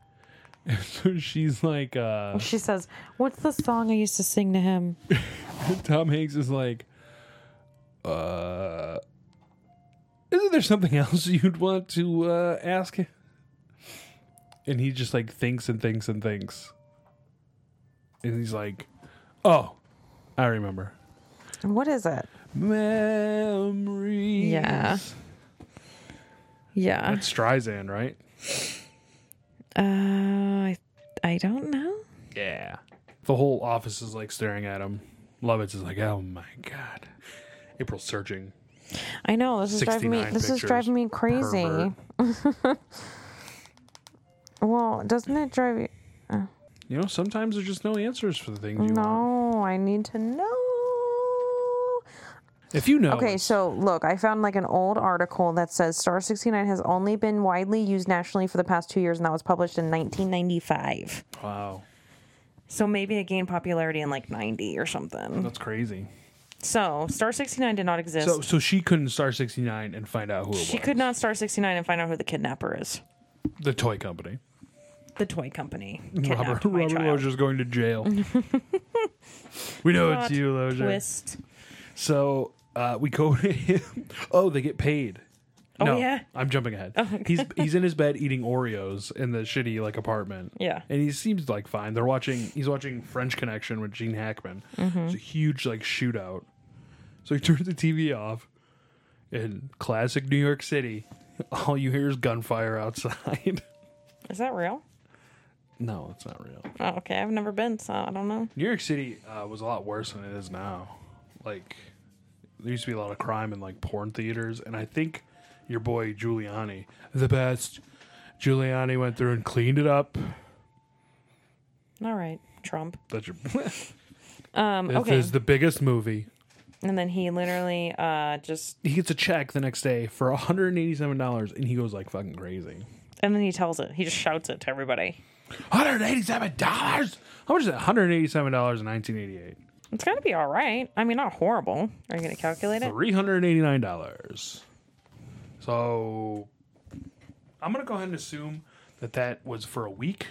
[SPEAKER 2] And so she's like, uh,
[SPEAKER 3] She says, What's the song I used to sing to him?
[SPEAKER 2] (laughs) "Tom Hanks is like, uh, isn't there something (laughs) else you'd want to uh, ask?" him?" And he just like thinks and thinks and thinks. and he's like, "Oh, I remember
[SPEAKER 3] What is it?
[SPEAKER 2] memories."
[SPEAKER 3] Yeah. Yeah.
[SPEAKER 2] that's Streisand, right?
[SPEAKER 3] Uh, I, I don't know.
[SPEAKER 2] Yeah. The whole office is like staring at him. Lovitz is like, "Oh my god." April's searching.
[SPEAKER 3] I know this is driving me.
[SPEAKER 2] 69
[SPEAKER 3] This is
[SPEAKER 2] pictures,
[SPEAKER 3] driving me crazy.
[SPEAKER 2] pervert.
[SPEAKER 3] well, doesn't it drive you?
[SPEAKER 2] You know, sometimes there's just no answers for the things you want.
[SPEAKER 3] No, I need to know.
[SPEAKER 2] If you know,
[SPEAKER 3] Okay, so look, I found like an old article that says Star 69 has only been widely used nationally for the past two years, and that was published in 1995.
[SPEAKER 2] Wow,
[SPEAKER 3] So maybe it gained popularity in like 90 or something.
[SPEAKER 2] that's crazy.
[SPEAKER 3] So Star 69 did not exist.
[SPEAKER 2] So, so she couldn't star sixty nine and find out who it
[SPEAKER 3] she
[SPEAKER 2] was.
[SPEAKER 3] could not Star 69 and find out who the kidnapper is.
[SPEAKER 2] The toy company.
[SPEAKER 3] The toy company.
[SPEAKER 2] Robert
[SPEAKER 3] Kidnapped my
[SPEAKER 2] Robert
[SPEAKER 3] child.
[SPEAKER 2] Logier's going to
[SPEAKER 3] (laughs)
[SPEAKER 2] jail. we know
[SPEAKER 3] Plot
[SPEAKER 2] it's you, Lozier.
[SPEAKER 3] Twist.
[SPEAKER 2] So uh, we go (laughs) to him. Oh, they get paid.
[SPEAKER 3] Oh,
[SPEAKER 2] no,
[SPEAKER 3] yeah? Oh,
[SPEAKER 2] I'm jumping ahead. he's he's in his
[SPEAKER 3] (laughs)
[SPEAKER 2] bed eating Oreos in the shitty like apartment.
[SPEAKER 3] Yeah.
[SPEAKER 2] and he seems like fine. They're watching. He's watching French Connection with Gene Hackman.
[SPEAKER 3] Mm-hmm.
[SPEAKER 2] It's a huge like shootout. So he (laughs) turns the TV off. In classic New York City, all you hear is gunfire outside. (laughs)
[SPEAKER 3] Is that real?
[SPEAKER 2] no, it's not real.
[SPEAKER 3] Oh, okay. I've never been, so I don't know.
[SPEAKER 2] New York City uh, was a lot worse than it is now. Like, there used to be a lot of crime in like porn theaters, and I think your boy Giuliani, the best, Giuliani went through and cleaned it up.
[SPEAKER 3] All right, Trump.
[SPEAKER 2] That's your. (laughs)
[SPEAKER 3] Um,
[SPEAKER 2] This
[SPEAKER 3] okay.
[SPEAKER 2] is the biggest movie.
[SPEAKER 3] and then he literally uh, just,
[SPEAKER 2] He gets a check the next day for $187, and he goes like fucking crazy.
[SPEAKER 3] and then he tells it. He just shouts it to everybody.
[SPEAKER 2] $187? How much is that? $187 in 1988.
[SPEAKER 3] It's got to be all right. I mean, not horrible. Are you going to calculate it?
[SPEAKER 2] $389. So I'm going to go ahead and assume that that was for a week.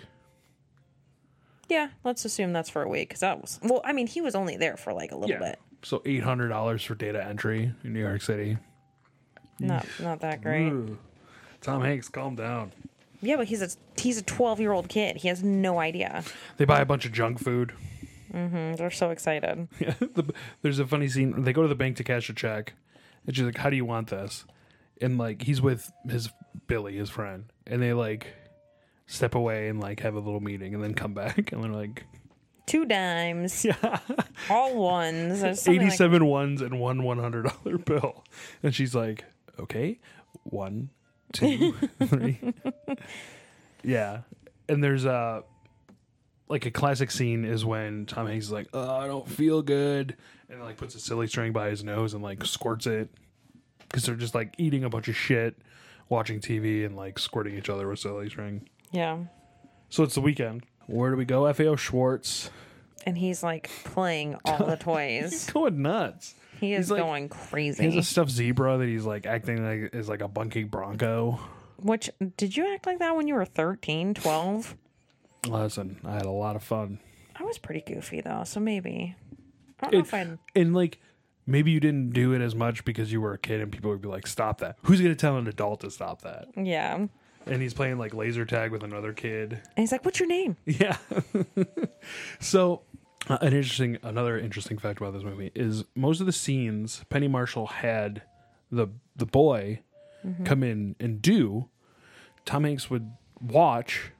[SPEAKER 3] Yeah, let's assume that's for a week. Because that was, well, I mean, he was only there for like a little bit.
[SPEAKER 2] So $800 for data entry in New York City.
[SPEAKER 3] Not,
[SPEAKER 2] Mm.
[SPEAKER 3] not that great.
[SPEAKER 2] Ooh. Tom Hanks, calm down.
[SPEAKER 3] Yeah, but he's a he's a twelve year old kid. He has no idea. Mm,
[SPEAKER 2] They buy a bunch of junk food.
[SPEAKER 3] They're so excited.
[SPEAKER 2] The- There's a funny scene. They go to the bank to cash a check. And she's like, How do you want this? And like, he's with his Billy, his friend. And they like step away and like have a little meeting and then come back. (laughs) And they're like,
[SPEAKER 3] Two dimes. Yeah. (laughs) All ones. There's something like-
[SPEAKER 2] 87 ones and one $100 (laughs) bill. And she's like, okay, one, two, three. yeah. and there's a like a classic scene is when Tom Hanks is like, "Oh, I don't feel good," and like puts a silly string by his nose and like squirts it because they're just like eating a bunch of shit, watching TV, and like squirting each other with silly string.
[SPEAKER 3] Yeah.
[SPEAKER 2] So it's the weekend. Where do we go? FAO Schwartz
[SPEAKER 3] And he's like playing all
[SPEAKER 2] (laughs)
[SPEAKER 3] the toys.
[SPEAKER 2] going nuts.
[SPEAKER 3] He is
[SPEAKER 2] He's like-
[SPEAKER 3] going
[SPEAKER 2] He has
[SPEAKER 3] crazy.
[SPEAKER 2] a stuffed zebra that he's like acting like is like a bunking bronco.
[SPEAKER 3] Which, did you act like that when you were 13, 12?
[SPEAKER 2] Listen, I had a lot of fun.
[SPEAKER 3] I was pretty goofy though, so maybe. I don't know if I'd.
[SPEAKER 2] and like maybe you didn't do it as much because you were a kid and people would be like stop that who's going to tell an adult to stop that
[SPEAKER 3] Yeah. And
[SPEAKER 2] and he's playing like laser tag with another kid
[SPEAKER 3] he's like, what's your name?
[SPEAKER 2] yeah (laughs) so uh, an interesting another interesting fact about this movie is most of the scenes penny marshall had the the boy come in and do tom hanks would watch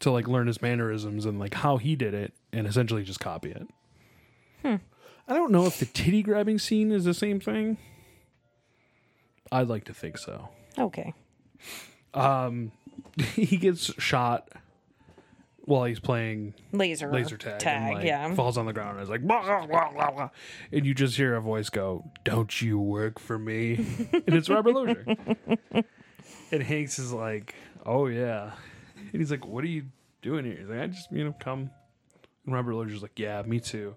[SPEAKER 2] to like learn his mannerisms and like how he did it and essentially just copy it i don't know if the titty grabbing scene is the same thing i'd like to think so (laughs)
[SPEAKER 3] Okay.
[SPEAKER 2] he gets shot while he's playing
[SPEAKER 3] Laser.
[SPEAKER 2] laser tag, and, like,
[SPEAKER 3] yeah.
[SPEAKER 2] falls on the ground and is like "Wah, wah, wah, wah, wah," and you just hear a voice go don't you work for me (laughs) and it's robert Lozier. and hanks is like oh yeah and he's like what are you doing here he's like i just you know come and robert Lozier's like yeah me too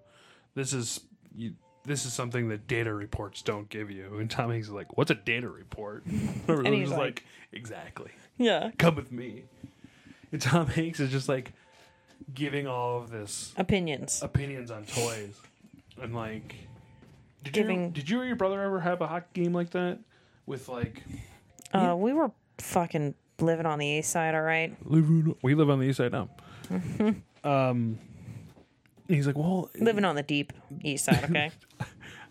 [SPEAKER 2] this is you, this is something that data reports don't give you and tom hanks is like what's a data report (laughs) robert
[SPEAKER 3] And
[SPEAKER 2] Lozier's
[SPEAKER 3] he's
[SPEAKER 2] like,
[SPEAKER 3] like-
[SPEAKER 2] like exactly
[SPEAKER 3] yeah.
[SPEAKER 2] come with me and tom hanks is just like giving all of this
[SPEAKER 3] Opinions.
[SPEAKER 2] opinions on toys. And like, did
[SPEAKER 3] Giving-
[SPEAKER 2] you did you or your brother ever have a hockey game like that with like?
[SPEAKER 3] Uh, we were fucking living on the east side, all right?
[SPEAKER 2] We live on the east side now. um, and he's like, well,
[SPEAKER 3] Living on the deep east
[SPEAKER 2] (laughs)
[SPEAKER 3] side, okay?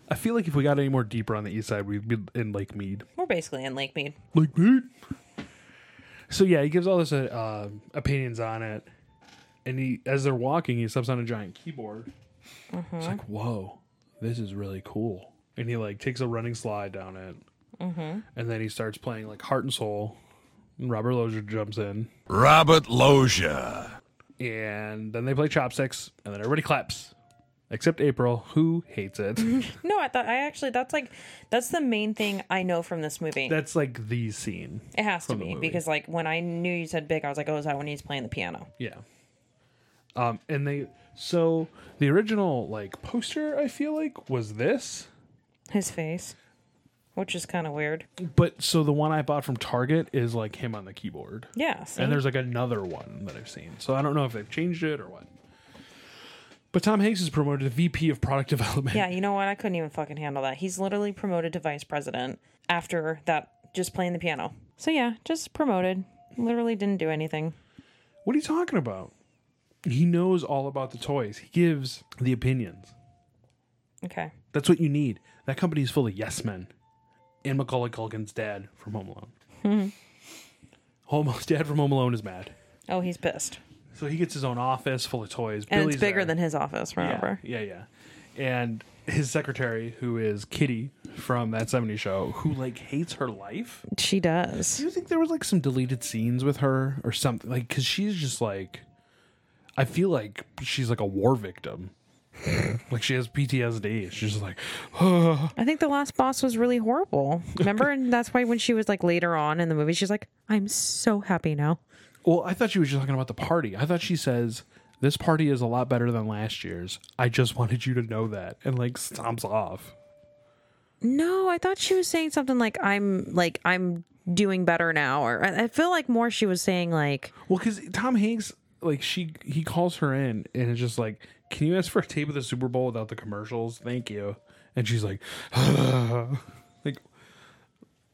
[SPEAKER 2] I feel like if we got any more deeper on the east side, we'd be in Lake Mead.
[SPEAKER 3] we're basically in Lake Mead.
[SPEAKER 2] Lake Mead. So yeah, he gives all this uh, uh, opinions on it, and he as they're walking, he steps on a giant keyboard. It's like, whoa, this is really cool. And he like takes a running slide down it, and then he starts playing like Heart and Soul. And Robert Lozier jumps in,
[SPEAKER 4] Robert Loja.
[SPEAKER 2] and then they play Chopsticks, and then everybody claps, except April, who hates it.
[SPEAKER 3] No, I thought, I actually, that's like, that's the main thing I know from this movie.
[SPEAKER 2] That's like the scene.
[SPEAKER 3] it has to
[SPEAKER 2] from the
[SPEAKER 3] be,
[SPEAKER 2] movie.
[SPEAKER 3] because like when I knew you said big, I was like, oh, is that when he's playing the piano?
[SPEAKER 2] Yeah. Um, and they so the original like poster I feel like was this,
[SPEAKER 3] His face, which is kind of weird.
[SPEAKER 2] but so the one I bought from Target is like him on the keyboard,
[SPEAKER 3] Yeah. see?
[SPEAKER 2] and there's like another one that I've seen. So I don't know if they've changed it or what. But Tom Hanks is promoted to VP of Product (laughs) Development.
[SPEAKER 3] Yeah, you know what? I couldn't even fucking handle that. He's literally promoted to vice president after that, just playing the piano. So yeah, just promoted. Literally didn't do anything.
[SPEAKER 2] What are you talking about? He knows all about the toys. He gives the opinions.
[SPEAKER 3] Okay.
[SPEAKER 2] That's what you need. That company is full of yes men. And Macaulay Culkin's dad from Home Alone.
[SPEAKER 3] (laughs)
[SPEAKER 2] Home dad from Home Alone is mad.
[SPEAKER 3] Oh, he's pissed.
[SPEAKER 2] So he gets his own office full of toys.
[SPEAKER 3] And
[SPEAKER 2] Billy's
[SPEAKER 3] it's bigger
[SPEAKER 2] there.
[SPEAKER 3] than his office, remember?
[SPEAKER 2] Yeah, yeah, yeah. And his secretary, who is Kitty from that 70s show, who like hates her life.
[SPEAKER 3] She does.
[SPEAKER 2] Do you think there was like some deleted scenes with her or something? Like, because she's just like, I feel like she's like a war
[SPEAKER 3] (laughs)
[SPEAKER 2] victim. like she has PTSD. She's just like,
[SPEAKER 3] I think the last boss was really horrible. Remember? and that's why when she was like later on in the movie, she's like, I'm so happy now.
[SPEAKER 2] Well, I thought she was just talking about the party. I thought she says this party is a lot better than last year's. I just wanted you to know that, and like stomps off.
[SPEAKER 3] No, I thought she was saying something like, I'm like, I'm doing better now. Or I I feel like more she was saying, like,
[SPEAKER 2] Well, because Tom Hanks, like she, he calls her in, and it's just like, can you ask for a tape of the Super Bowl without the commercials? Thank you. And she's like, (sighs) like,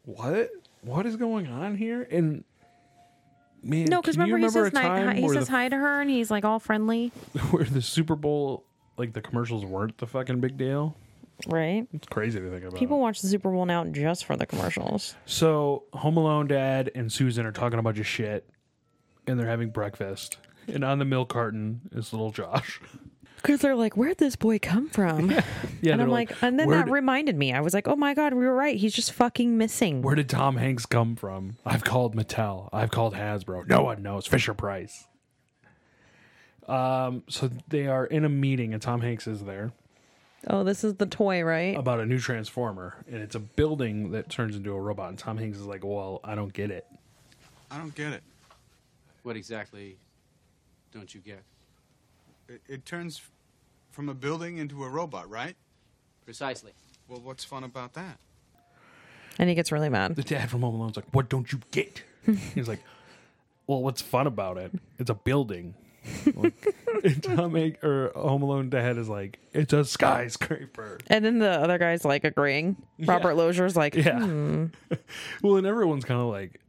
[SPEAKER 2] what? What is going on here? And man,
[SPEAKER 3] no, because
[SPEAKER 2] can you
[SPEAKER 3] remember, he says,
[SPEAKER 2] a
[SPEAKER 3] ni-
[SPEAKER 2] time
[SPEAKER 3] hi, he
[SPEAKER 2] where
[SPEAKER 3] says
[SPEAKER 2] the-
[SPEAKER 3] hi to her and he's like all friendly.
[SPEAKER 2] (laughs) where the Super Bowl, like the commercials weren't the fucking big deal.
[SPEAKER 3] Right?
[SPEAKER 2] It's crazy to think about.
[SPEAKER 3] People watch the Super Bowl now just for the commercials.
[SPEAKER 2] So Home Alone Dad and Susan are talking a bunch of shit, and they're having breakfast. And on the milk carton is little Josh. (laughs)
[SPEAKER 3] Because they're like, where'd this boy come from?
[SPEAKER 2] Yeah,
[SPEAKER 3] and
[SPEAKER 2] they're
[SPEAKER 3] I'm like, and then
[SPEAKER 2] where,
[SPEAKER 3] that
[SPEAKER 2] did-
[SPEAKER 3] reminded me. I was like, oh my God, we were right. He's just fucking missing.
[SPEAKER 2] where did Tom Hanks come from? I've called Mattel. I've called Hasbro. No one knows. Fisher Price. Um, so they are in a meeting, and Tom Hanks is there
[SPEAKER 3] Oh, this is the toy, right?
[SPEAKER 2] about a new transformer, and it's a building that turns into a robot. And Tom Hanks is like, "Well, I don't get it."
[SPEAKER 7] I don't get it.
[SPEAKER 8] What exactly don't you get?
[SPEAKER 7] it. It turns from a building into a robot, right?
[SPEAKER 8] Precisely.
[SPEAKER 7] Well, what's fun about that?
[SPEAKER 3] And he gets really mad.
[SPEAKER 2] The dad from Home Alone's like, "What don't you
[SPEAKER 3] (laughs)
[SPEAKER 2] get?" He's like, "Well, what's fun about it? It's a building." Like, (laughs) and Tom Hanks or Home Alone dad is like, "It's a skyscraper."
[SPEAKER 3] And then the other guy's like agreeing. Robert Lozier's like,
[SPEAKER 2] Yeah. well, and everyone's kind of like,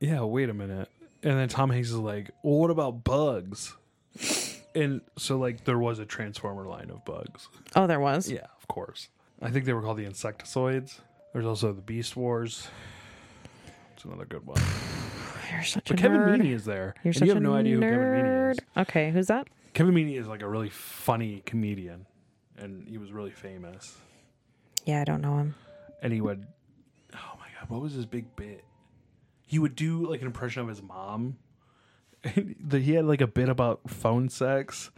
[SPEAKER 2] yeah, wait a minute. And then Tom Hanks is like, well, what about bugs? and so, like, there was a Transformer line of bugs.
[SPEAKER 3] oh, there was.
[SPEAKER 2] Yeah, of course. I think they were called the insectoids. There's also the Beast Wars. It's another good one.
[SPEAKER 3] You're such
[SPEAKER 2] But
[SPEAKER 3] a
[SPEAKER 2] Kevin
[SPEAKER 3] nerd.
[SPEAKER 2] Meaney is there.
[SPEAKER 3] You're
[SPEAKER 2] and
[SPEAKER 3] such
[SPEAKER 2] you have
[SPEAKER 3] a
[SPEAKER 2] no idea who Kevin Meaney
[SPEAKER 3] nerd.
[SPEAKER 2] is.
[SPEAKER 3] Okay, who's that?
[SPEAKER 2] Kevin Meaney is like a really funny comedian, and he was really famous.
[SPEAKER 3] Yeah, I don't know him.
[SPEAKER 2] and he would oh my god what was his big bit he would do like an impression of his mom and the, he had like a bit about phone sex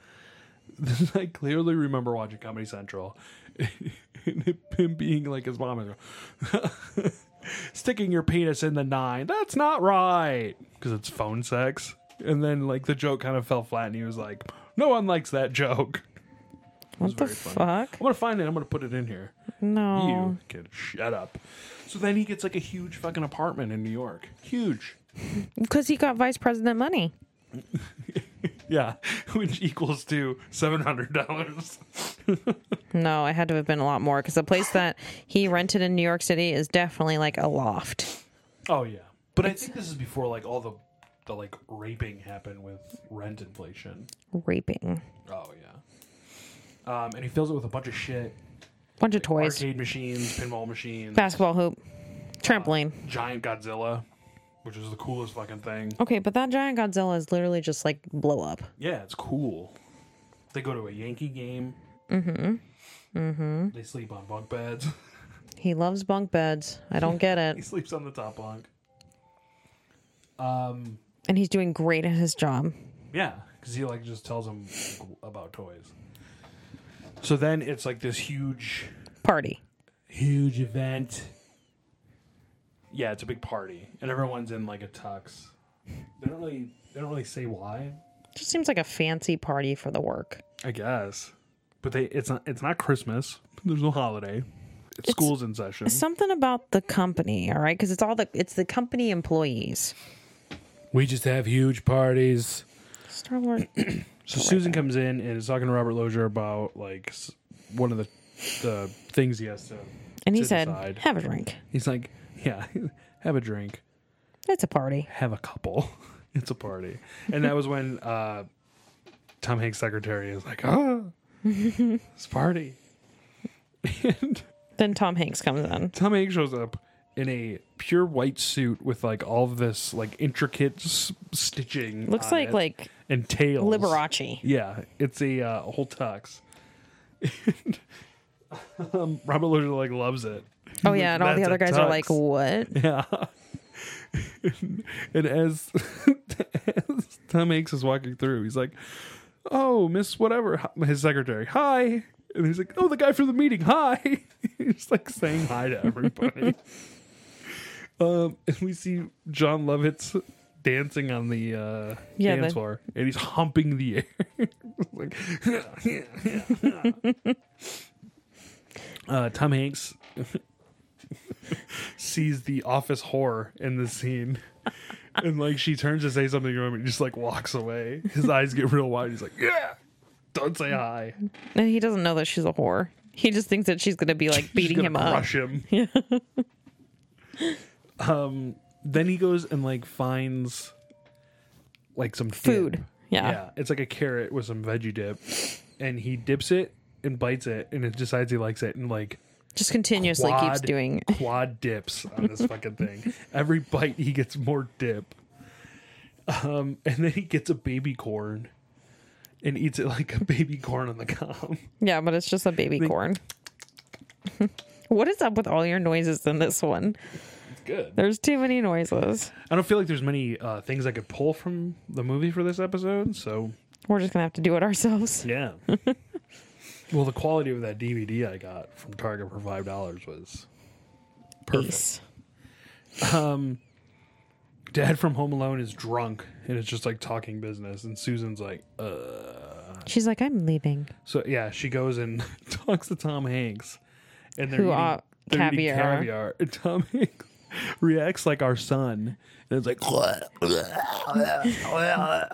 [SPEAKER 2] (laughs) i clearly remember watching comedy central (laughs) and it- him being like his mom and go, (laughs) sticking your penis in the nine that's not right because it's phone sex and then like the joke kind of fell flat and he was like no one likes that joke
[SPEAKER 3] What the
[SPEAKER 2] very funny.
[SPEAKER 3] fuck?
[SPEAKER 2] i'm gonna find it i'm gonna put it in here
[SPEAKER 3] No.
[SPEAKER 2] you can shut up. So then he gets like a huge fucking apartment in New York. Huge.
[SPEAKER 3] Because he got vice president money.
[SPEAKER 2] Yeah. (laughs) Which equals to $700.
[SPEAKER 3] No, I had to have been a lot more because the place that he rented in New York City is definitely like a loft.
[SPEAKER 2] Oh, yeah. But I think this is before like all the, the like raping happened with rent inflation.
[SPEAKER 3] Raping.
[SPEAKER 2] Oh, yeah. Um, and he fills it with a bunch of shit
[SPEAKER 3] Bunch of toys.
[SPEAKER 2] arcade machines, pinball machines,
[SPEAKER 3] Basketball hoop. Trampoline.
[SPEAKER 2] giant Godzilla, which is the coolest fucking thing.
[SPEAKER 3] Okay, but that giant Godzilla is literally just like blow up.
[SPEAKER 2] Yeah, it's cool. They go to a Yankee game. Mm hmm. Mm hmm. They sleep on bunk beds. (laughs)
[SPEAKER 3] He loves bunk beds. I don't get
[SPEAKER 2] He
[SPEAKER 3] (laughs) it.
[SPEAKER 2] sleeps on the top bunk.
[SPEAKER 3] And he's doing great at his job.
[SPEAKER 2] Yeah, because he like just tells him like, about toys. So then it's like this huge,
[SPEAKER 3] Party.
[SPEAKER 2] huge event. Yeah, it's a big party, and everyone's in like a tux. They don't really, they don't really say why.
[SPEAKER 3] Just seems like a fancy party for the work.
[SPEAKER 2] I guess, but they it's not it's not Christmas. There's no holiday. It's, school's in session,
[SPEAKER 3] Something about the company, all right? Because it's all the it's the company employees.
[SPEAKER 2] we just have huge parties.
[SPEAKER 3] Star (clears throat) Wars.
[SPEAKER 2] So Susan comes in and is talking to Robert Lozier about like s- one of the the things he has to.
[SPEAKER 3] And he
[SPEAKER 2] To the
[SPEAKER 3] said,
[SPEAKER 2] side.
[SPEAKER 3] "Have a drink.
[SPEAKER 2] He's like, yeah, (laughs) have a drink.
[SPEAKER 3] It's a party."
[SPEAKER 2] have a couple. (laughs) It's a party. And that was when uh, Tom Hanks' secretary is like,
[SPEAKER 3] (laughs)
[SPEAKER 2] ah, it's a party. (laughs) And
[SPEAKER 3] Then Tom Hanks comes in.
[SPEAKER 2] Tom Hanks shows up in a pure white suit with like all of this like intricate s- stitching.
[SPEAKER 3] Looks
[SPEAKER 2] on
[SPEAKER 3] like
[SPEAKER 2] it
[SPEAKER 3] like
[SPEAKER 2] and tails.
[SPEAKER 3] Liberace.
[SPEAKER 2] Yeah, it's a uh, whole tux. (laughs) And, um, Robert Loggia like loves it.
[SPEAKER 3] Oh yeah, and all the
[SPEAKER 2] That's
[SPEAKER 3] other
[SPEAKER 2] a
[SPEAKER 3] guys
[SPEAKER 2] tux.
[SPEAKER 3] are like, "What?"
[SPEAKER 2] Yeah. (laughs) and as, as Tom Hanks is walking through, he's like, "Oh, Miss whatever, his secretary. Hi." And he's like, "Oh, the guy from the meeting. Hi." (laughs) he's like saying hi to everybody. um, and we see John Lovitz dancing on the uh,
[SPEAKER 3] Yeah,
[SPEAKER 2] dance
[SPEAKER 3] the-
[SPEAKER 2] floor, and he's humping the air. (laughs) like, uh, Tom Hanks (laughs) sees the office whore in the scene. And like she turns to say something to him and he just like walks away. His eyes get real wide. He's like, Yeah, don't say hi. She's
[SPEAKER 3] And he doesn't know that she's a whore. He just thinks that she's gonna be
[SPEAKER 2] (laughs)
[SPEAKER 3] like beating
[SPEAKER 2] gonna
[SPEAKER 3] him up.
[SPEAKER 2] crush
[SPEAKER 3] (laughs)
[SPEAKER 2] him. (laughs) um then he goes and like finds like some dip.
[SPEAKER 3] Food. Yeah.
[SPEAKER 2] Yeah. It's like a carrot with some veggie dip. And he dips it and bites it and it decides he likes it and like
[SPEAKER 3] Just continuously keeps
[SPEAKER 2] quad-
[SPEAKER 3] doing. (laughs)
[SPEAKER 2] quad dips on this fucking thing. Every bite he gets more dip. Um, and then he gets a baby corn and eats it like a baby corn on the cob.
[SPEAKER 3] Yeah, but it's just a baby
[SPEAKER 2] Think-
[SPEAKER 3] corn. (laughs) what is up with all your noises in this one?
[SPEAKER 2] Good.
[SPEAKER 3] There's too many noises.
[SPEAKER 2] I don't feel like there's many uh, things I could pull from the movie for this episode, so
[SPEAKER 3] We're just gonna have to do it ourselves.
[SPEAKER 2] Yeah. (laughs) well, the quality of that DVD I got from Target for five dollars was perfect.
[SPEAKER 3] Ace.
[SPEAKER 2] Dad from Home Alone is drunk and it's just like talking business, and Susan's like, uh.
[SPEAKER 3] She's like, I'm leaving.
[SPEAKER 2] so yeah, she goes and (laughs) talks to Tom Hanks, and they're
[SPEAKER 3] Who
[SPEAKER 2] eating,
[SPEAKER 3] are
[SPEAKER 2] they're eating
[SPEAKER 3] caviar.
[SPEAKER 2] caviar. And Tom Hanks (laughs) reacts like our son, and it's like, (laughs) and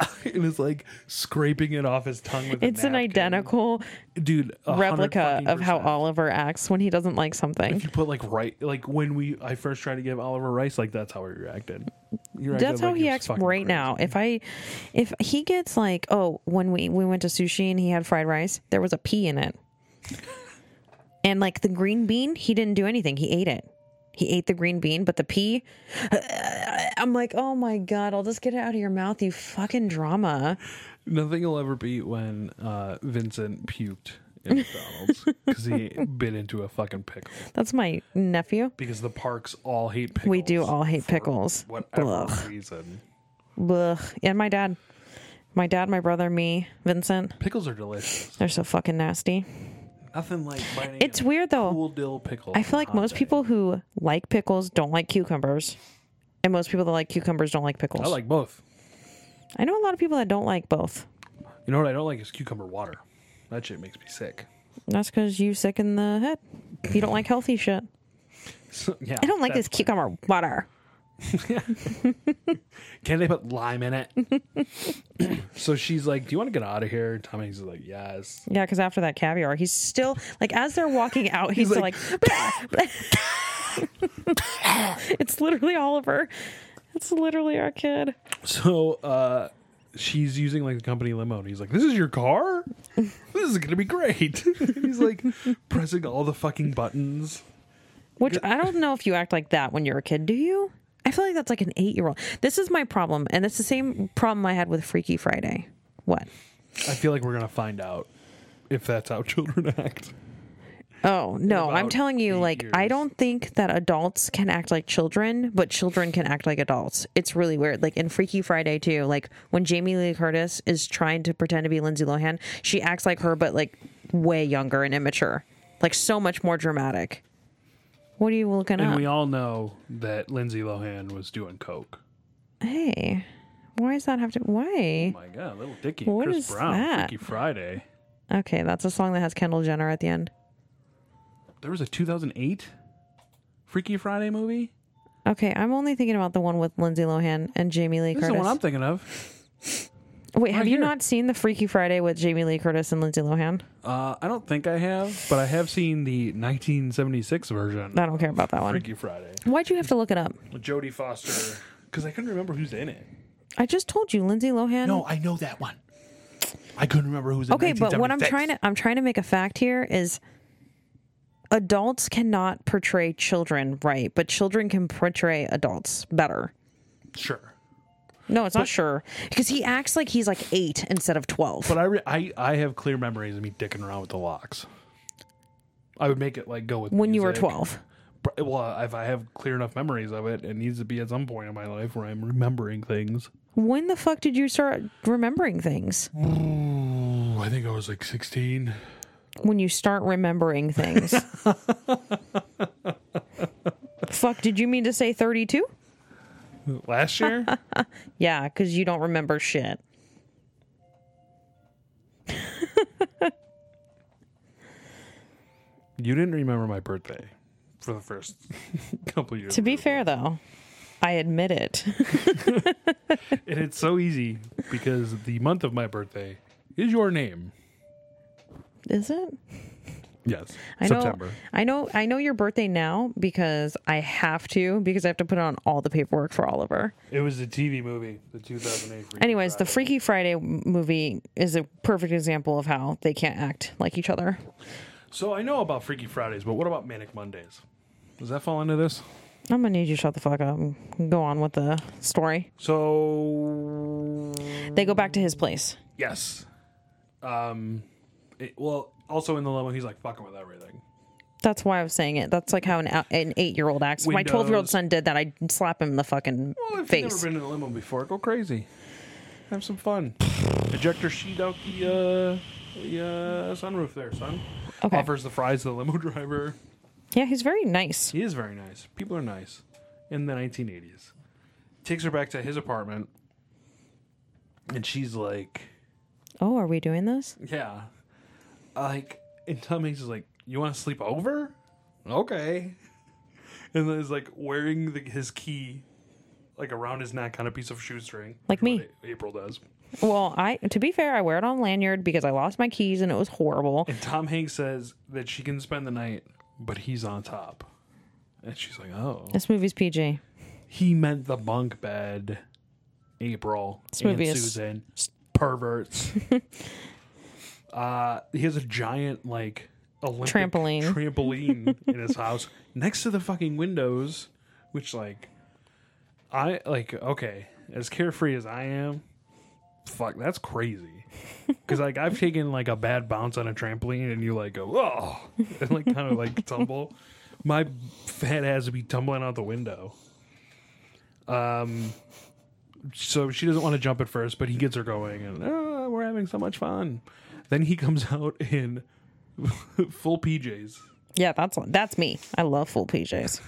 [SPEAKER 2] it's like scraping it off his tongue with. a
[SPEAKER 3] It's an
[SPEAKER 2] napkin.
[SPEAKER 3] identical
[SPEAKER 2] dude a hundred
[SPEAKER 3] replica
[SPEAKER 2] fucking
[SPEAKER 3] of how
[SPEAKER 2] percent.
[SPEAKER 3] Oliver acts when he doesn't like something.
[SPEAKER 2] If you put like right, like when we I first tried to give Oliver Rice, like that's how he reacted. He reacted
[SPEAKER 3] That's how
[SPEAKER 2] like
[SPEAKER 3] he
[SPEAKER 2] was
[SPEAKER 3] acts right
[SPEAKER 2] fucking
[SPEAKER 3] now.
[SPEAKER 2] crazy.
[SPEAKER 3] If I, if he gets like, oh, when we we went to sushi and he had fried rice, there was a pea in it, (laughs) and like the green bean, he didn't do anything. He ate it. He ate the green bean, but the pea. (sighs) I'm like, oh my god! I'll just get it out of your mouth, you fucking drama.
[SPEAKER 2] nothing will ever beat when uh, Vincent puked at
[SPEAKER 3] (laughs)
[SPEAKER 2] McDonald's because he bit into a fucking pickle.
[SPEAKER 3] That's my nephew.
[SPEAKER 2] Because the parks all hate pickles.
[SPEAKER 3] We do all hate
[SPEAKER 2] for
[SPEAKER 3] pickles.
[SPEAKER 2] Whatever
[SPEAKER 3] Ugh.
[SPEAKER 2] reason,
[SPEAKER 3] Ugh. And my dad, my dad, my brother, me, Vincent.
[SPEAKER 2] pickles are delicious.
[SPEAKER 3] They're so fucking nasty.
[SPEAKER 2] Nothing like biting.
[SPEAKER 3] It's
[SPEAKER 2] a
[SPEAKER 3] weird though.
[SPEAKER 2] Cool dill pickle.
[SPEAKER 3] I feel
[SPEAKER 2] on a
[SPEAKER 3] like
[SPEAKER 2] hot
[SPEAKER 3] most
[SPEAKER 2] day.
[SPEAKER 3] people who like pickles don't like cucumbers. And most people that like cucumbers don't like pickles.
[SPEAKER 2] I like both.
[SPEAKER 3] I know a lot of people that don't like both.
[SPEAKER 2] You know what I don't like is cucumber water. That shit makes me sick. (laughs)
[SPEAKER 3] That's because you sick in the head. You don't like healthy shit.
[SPEAKER 2] So, yeah,
[SPEAKER 3] I don't like
[SPEAKER 2] that's
[SPEAKER 3] this cucumber water.
[SPEAKER 2] (laughs) Can they put lime in it? (laughs) so she's like, Do you want to get out of here? Tom Hanks is like, Yes.
[SPEAKER 3] Yeah, because after that caviar, he's still like as they're walking out, he's, still like, (laughs)
[SPEAKER 2] like,
[SPEAKER 3] it's literally Oliver. It's literally our kid.
[SPEAKER 2] So uh, she's using like the company limo and he's like, This is your car? (laughs) This is going to be great. (laughs) he's like pressing all the fucking buttons.
[SPEAKER 3] Which I don't know if you act like that when you're a kid, do you? I feel like that's like an eight year old. This is my problem, and it's the same problem I had with Freaky Friday. What?
[SPEAKER 2] I feel like we're going to find out if that's how (laughs) children act.
[SPEAKER 3] Oh no, I'm
[SPEAKER 2] about
[SPEAKER 3] telling you,
[SPEAKER 2] eight
[SPEAKER 3] like I
[SPEAKER 2] years.
[SPEAKER 3] don't think that adults can act like children, but children can act like adults. It's really weird. Like in Freaky Friday too, like when Jamie Lee Curtis is trying to pretend to be Lindsay Lohan, she acts like her, but like way younger and immature, like so much more dramatic. What are you looking
[SPEAKER 2] And
[SPEAKER 3] at?
[SPEAKER 2] we all know that Lindsay Lohan was doing Coke.
[SPEAKER 3] hey, why does that have to? Why?
[SPEAKER 2] Oh my God, little Dicky.
[SPEAKER 3] What
[SPEAKER 2] Chris
[SPEAKER 3] is
[SPEAKER 2] Brown,
[SPEAKER 3] that?
[SPEAKER 2] Freaky Friday.
[SPEAKER 3] Okay, that's a song that has Kendall Jenner at the end.
[SPEAKER 2] There was a 2008 Freaky Friday movie?
[SPEAKER 3] Okay, I'm only thinking about the one with Lindsay Lohan and Jamie Lee
[SPEAKER 2] This is
[SPEAKER 3] Curtis.
[SPEAKER 2] the one I'm thinking of.
[SPEAKER 3] Wait, have
[SPEAKER 2] right
[SPEAKER 3] you
[SPEAKER 2] here.
[SPEAKER 3] not seen the Freaky Friday with Jamie Lee Curtis and Lindsay Lohan?
[SPEAKER 2] Uh, I don't think I have, but I have seen the 1976 version.
[SPEAKER 3] I don't care about that one.
[SPEAKER 2] Freaky Friday.
[SPEAKER 3] Why'd you have to look it up?
[SPEAKER 2] With Jodie Foster. Because I couldn't remember who's in it.
[SPEAKER 3] I just told you, Lindsay Lohan.
[SPEAKER 2] No, I know that one. I couldn't remember who's in
[SPEAKER 3] okay, but what I'm
[SPEAKER 2] 1976.
[SPEAKER 3] trying to I'm trying to make a fact here is adults cannot portray children right, but children can portray adults better.
[SPEAKER 2] Sure.
[SPEAKER 3] No, it's not sure because he acts like he's like eight instead of twelve.
[SPEAKER 2] But I, re- I, I have clear memories of me dicking around with the locks. I would make it like go with
[SPEAKER 3] when you were
[SPEAKER 2] music.
[SPEAKER 3] twelve,
[SPEAKER 2] Pr- Well, if I have clear enough memories of it, it needs to be at some point in my life where I'm remembering things.
[SPEAKER 3] when the fuck did you start remembering things?
[SPEAKER 2] Ooh, I think I was like 16.
[SPEAKER 3] when you start remembering things. Fuck, did you mean to say 32?
[SPEAKER 2] Last
[SPEAKER 3] (laughs)
[SPEAKER 2] year?
[SPEAKER 3] Yeah, because you don't remember shit.
[SPEAKER 2] you didn't remember my birthday for the first (laughs) couple years.
[SPEAKER 3] To be fair, though, I admit it. (laughs)
[SPEAKER 2] And it's so easy because the month of my birthday is your name.
[SPEAKER 3] Is it?
[SPEAKER 2] Yes.
[SPEAKER 3] I know,
[SPEAKER 2] September.
[SPEAKER 3] I know. I know your birthday now because I have to because I have to put on all the paperwork for Oliver.
[SPEAKER 2] It was the TV movie, the 2008. Freaky
[SPEAKER 3] Anyways, the
[SPEAKER 2] Friday.
[SPEAKER 3] Freaky Friday m- movie is a perfect example of how they can't act like each other.
[SPEAKER 2] so I know about Freaky Fridays, but what about Manic Mondays? Does that fall into this?
[SPEAKER 3] I'm gonna need you to shut the fuck up and go on with the story.
[SPEAKER 2] So
[SPEAKER 3] They go back to his place.
[SPEAKER 2] yes. Um, it- well, also in the limo, he's like fucking with everything.
[SPEAKER 3] That's why I was saying it. That's like how an an eight year old acts. If my
[SPEAKER 2] Windows.
[SPEAKER 3] twelve year old son did that, I'd slap him in the fucking
[SPEAKER 2] Well, if you've
[SPEAKER 3] face.
[SPEAKER 2] never been in a limo before, go crazy. Have some (sighs) fun. Ejector sheet out the uh, the uh, sunroof there, son.
[SPEAKER 3] Okay.
[SPEAKER 2] Offers the fries to the limo (laughs) driver.
[SPEAKER 3] Yeah, he's very nice.
[SPEAKER 2] He is very nice. People are nice in the 1980s. Takes her back to his apartment, and she's like,
[SPEAKER 3] Oh, are we doing this?
[SPEAKER 2] "Yeah, like." And Tommy's like, "You want to sleep over?" Okay. And then he's like wearing the, his key, like around his neck on a piece of shoestring,
[SPEAKER 3] Like
[SPEAKER 2] which is
[SPEAKER 3] me.
[SPEAKER 2] what A- April does.
[SPEAKER 3] Well, I to be fair, I wear it on lanyard because I lost my keys and it was horrible.
[SPEAKER 2] And Tom Hanks says that she can spend the night, but he's on top. And she's like, "Oh."
[SPEAKER 3] This movie's PG.
[SPEAKER 2] He meant the bunk bed. April and
[SPEAKER 3] movie is-
[SPEAKER 2] Susan perverts. uh, he has a giant like Olympic
[SPEAKER 3] Trampoline.
[SPEAKER 2] trampoline in his house next to the fucking windows, which like I like. Okay, as carefree as I am, fuck, that's crazy. Because like I've taken like a bad bounce on a trampoline and you like go oh (laughs) and like kind of like tumble. My head has to be tumbling out the window Um, so she doesn't want to jump at first, but he gets her going, and oh, we're having so much fun. Then he comes (laughs) out in full PJs,
[SPEAKER 3] Yeah, that's that's me. I love full PJs.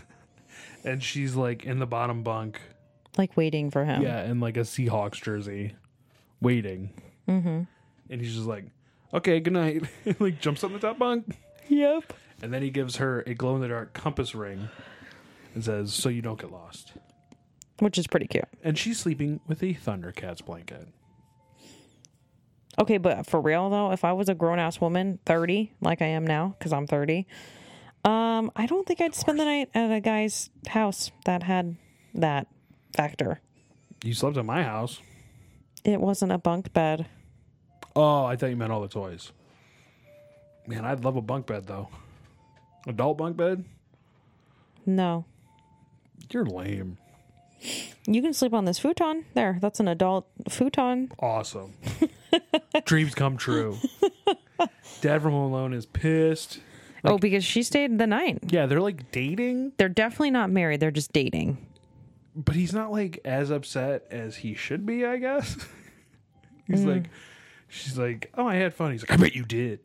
[SPEAKER 2] and she's like in the bottom bunk,
[SPEAKER 3] Like waiting for him.
[SPEAKER 2] yeah, in like a Seahawks jersey, waiting. Mm-hmm. And he's just like, "Okay, good night," (laughs) and like jumps on the top bunk,
[SPEAKER 3] Yep.
[SPEAKER 2] and then he gives her a glow in the dark compass ring, and says, "So you don't get lost."
[SPEAKER 3] Which is pretty cute.
[SPEAKER 2] And she's sleeping with a Thundercats blanket.
[SPEAKER 3] Okay, but for real though, if I was a grown ass woman, 30, like I am now, because I'm 30, um, I don't think I'd spend the night at a guy's house that had that factor.
[SPEAKER 2] You slept at my house.
[SPEAKER 3] It wasn't a bunk bed.
[SPEAKER 2] Oh, I thought you meant all the toys. Man, I'd love a bunk bed though. Adult bunk bed?
[SPEAKER 3] No.
[SPEAKER 2] You're lame.
[SPEAKER 3] You can sleep on this futon. There, that's an adult futon.
[SPEAKER 2] Awesome. (laughs) Dreams come (laughs) true. Dad from Home Alone is pissed.
[SPEAKER 3] oh, because she stayed the night.
[SPEAKER 2] Yeah, they're like dating,
[SPEAKER 3] They're definitely not married. They're just dating.
[SPEAKER 2] but he's not like as upset as he should be, I guess. (laughs) he's like, she's like, oh, I had fun. He's like, I bet you did.